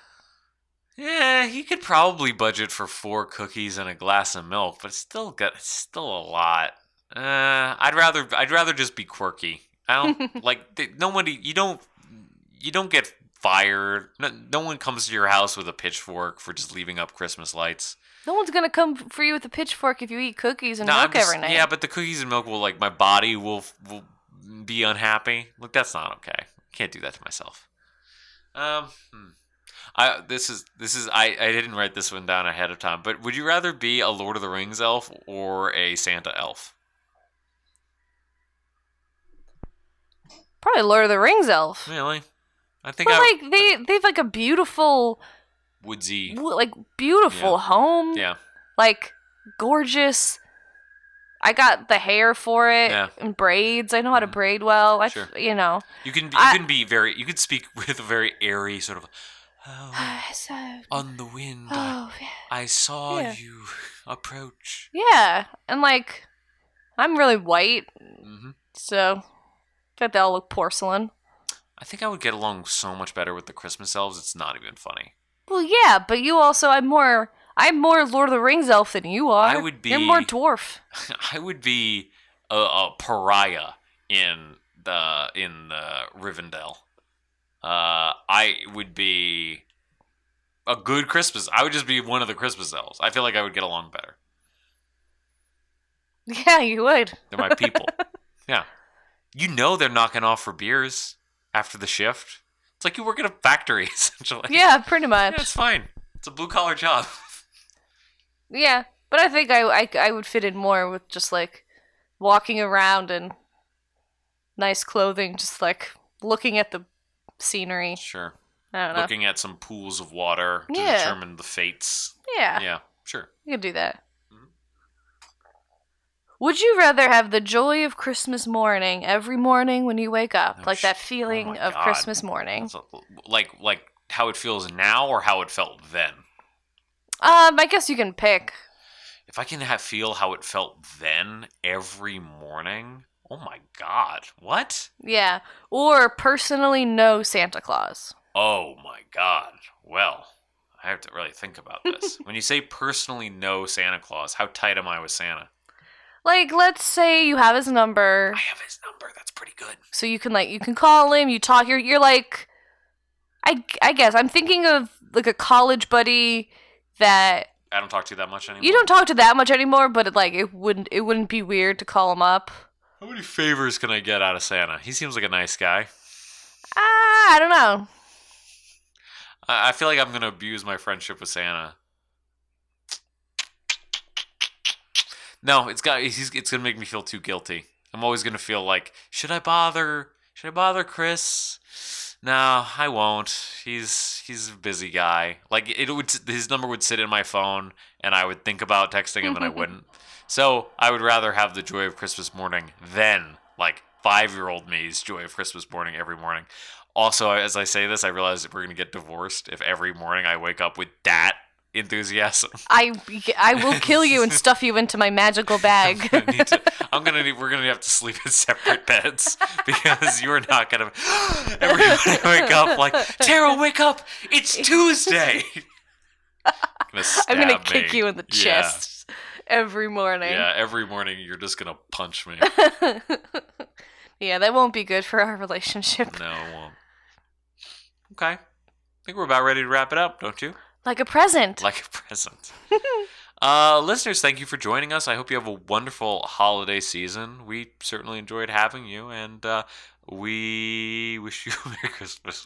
S2: Yeah, you could probably budget for four cookies and a glass of milk, but it's still got it's still a lot. Uh, I'd rather I'd rather just be quirky. I don't like th- nobody. You don't you don't get fired. No, no one comes to your house with a pitchfork for just leaving up Christmas lights.
S1: No one's gonna come for you with a pitchfork if you eat cookies and
S2: No, I'm
S1: milk
S2: just-
S1: every night.
S2: Yeah, but the cookies and milk will like my body will will be unhappy. Like that's not okay. Can't do that to myself. Um, hmm. I this is this is I I didn't write this one down ahead of time. But would you rather be a Lord of the Rings elf or a Santa elf?
S1: Probably Lord of the Rings elf.
S2: Really? I think
S1: But
S2: I
S1: like they they've like a beautiful
S2: woodsy.
S1: w- like beautiful home.
S2: Yeah,
S1: Like gorgeous. I got the hair for it
S2: Yeah.
S1: and braids. I know how to
S2: Mhm.
S1: braid well. I
S2: Sure.
S1: you know.
S2: you can be, you
S1: I-
S2: can be very you could speak with a very airy sort of. Oh,
S1: so
S2: on the wind, I,
S1: oh yeah.
S2: I saw
S1: yeah.
S2: you approach.
S1: Yeah, and like, I'm really white,
S2: hmm
S1: so got they all look porcelain.
S2: I think I would get along so much better with the Christmas elves. It's not even funny.
S1: Well, yeah, but you also, I'm more, I'm more Lord of the Rings elf than you are.
S2: I would
S1: You're more
S2: be-
S1: dwarf.
S2: I would be a, a pariah in the in the Rivendell. Uh, I would be a good Christmas. I would just be one of the Christmas elves. I feel like I would get along better.
S1: Yeah, you would.
S2: They're my people. yeah, you know they're knocking off for beers after the shift. It's like you work at a factory essentially.
S1: Yeah, pretty
S2: yeah it's
S1: much.
S2: fine. It's a blue collar job.
S1: Yeah, but I think I, I, I would fit in more with just like walking around in nice clothing, just like looking at the scenery.
S2: sure.
S1: I don't know.
S2: looking at some pools of water to
S1: Yeah. Ah.
S2: determine the fates.
S1: yeah.
S2: Yeah, sure.
S1: You can do that.
S2: Mhm.
S1: Would you rather have the joy of Christmas morning every morning when you wake up,
S2: Oh,
S1: like
S2: sh-
S1: that feeling
S2: oh my
S1: of
S2: God.
S1: Christmas morning?
S2: So, like like how it feels now or how it felt then.
S1: Um, I guess you can pick.
S2: If I can have, feel how it felt then every morning, oh my god, what?
S1: Yeah, or personally know Santa Claus.
S2: Oh my god. Well, I have to really think about this. when you say personally know Santa Claus, how tight am I with Santa?
S1: Like, let's say you have his number,
S2: I have his number. That's pretty good.
S1: so you can like you can call him. You talk. You're you're like, I I guess I'm thinking of like a college buddy that
S2: I don't talk to you that much anymore.
S1: you don't talk to that much anymore, but it, like it wouldn't it wouldn't be weird to call him up.
S2: How many favors can I get out of Santa? He seems like a nice guy.
S1: Ah, I don't know.
S2: I, I feel like I'm gonna abuse my friendship with Santa. No, it's got. He's, it's gonna make me feel too guilty. I'm always gonna feel like, should I bother? Should I bother Chris? No, I won't. He's he's a busy guy. Like it would, his number would sit in my phone, and I would think about texting him, and I wouldn't. So I would rather have the joy of Christmas morning than like five year old me's joy of Christmas morning every morning. Also, as I say this, I realize that we're gonna get divorced if every morning I wake up with that enthusiasm.
S1: I I will kill you and stuff you into my magical bag.
S2: I need to, I'm gonna need, we're gonna have to sleep in separate beds because you're not gonna. Everybody wake up like Tara, wake up! It's Tuesday. Gonna
S1: I'm gonna
S2: stab
S1: kick
S2: me.
S1: you in the
S2: Yeah.
S1: chest every morning.
S2: Yeah, every morning you're just gonna punch me.
S1: Yeah, that won't be good for our relationship.
S2: No, it won't. Okay, I think we're about ready to wrap it up, don't you?
S1: Like a present.
S2: like a present. uh, listeners, thank you for joining us. I hope you have a wonderful holiday season. We certainly enjoyed having you, and uh, we wish you a Merry Christmas.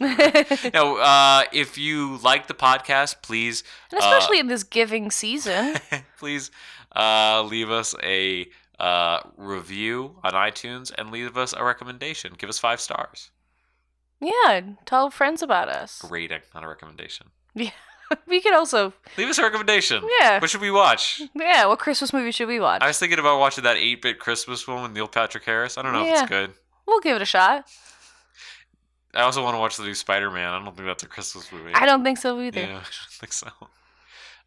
S2: now, uh, if you like the podcast, please,
S1: and
S2: Uh.
S1: especially in this giving season.
S2: please uh, leave us a uh, review on iTunes and leave us a recommendation. Give us five stars.
S1: Yeah, tell friends about us.
S2: A rating, not a recommendation.
S1: We could also,
S2: Leave us a recommendation.
S1: Yeah.
S2: What should we watch?
S1: yeah, what Christmas movie should we watch?
S2: I was thinking about watching that 8 bit Christmas one with Neil Patrick Harris. I don't know if
S1: Yeah.
S2: it's good.
S1: we'll give it a shot.
S2: I also want to watch the new Spider Man. I don't think that's a Christmas movie.
S1: I don't think so either.
S2: yeah, I don't think so.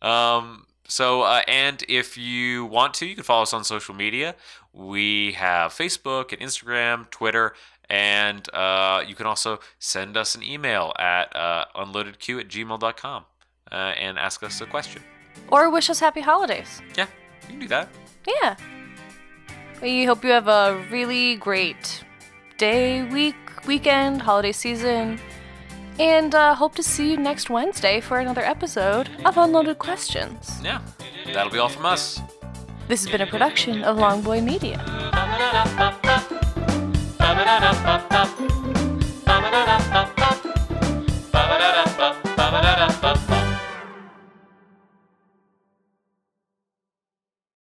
S2: Um, so, uh, and if you want to, you can follow us on social media. We have Facebook and Instagram, Twitter, and uh, you can also send us an email at uh, unloadedq at gmail.com uh, and ask us a question.
S1: Or wish us happy holidays.
S2: Yeah, you can do that.
S1: Yeah. We hope you have a really great day, week, weekend, holiday season, and uh, hope to see you next Wednesday for another episode of Unloaded Questions.
S2: Yeah, that'll be all from us.
S1: This has been a production of Longboy Media.
S2: Ba-ba-da-da-ba-ba. Ba-ba-da-da-ba-ba. Ba-ba-da-da-ba-ba.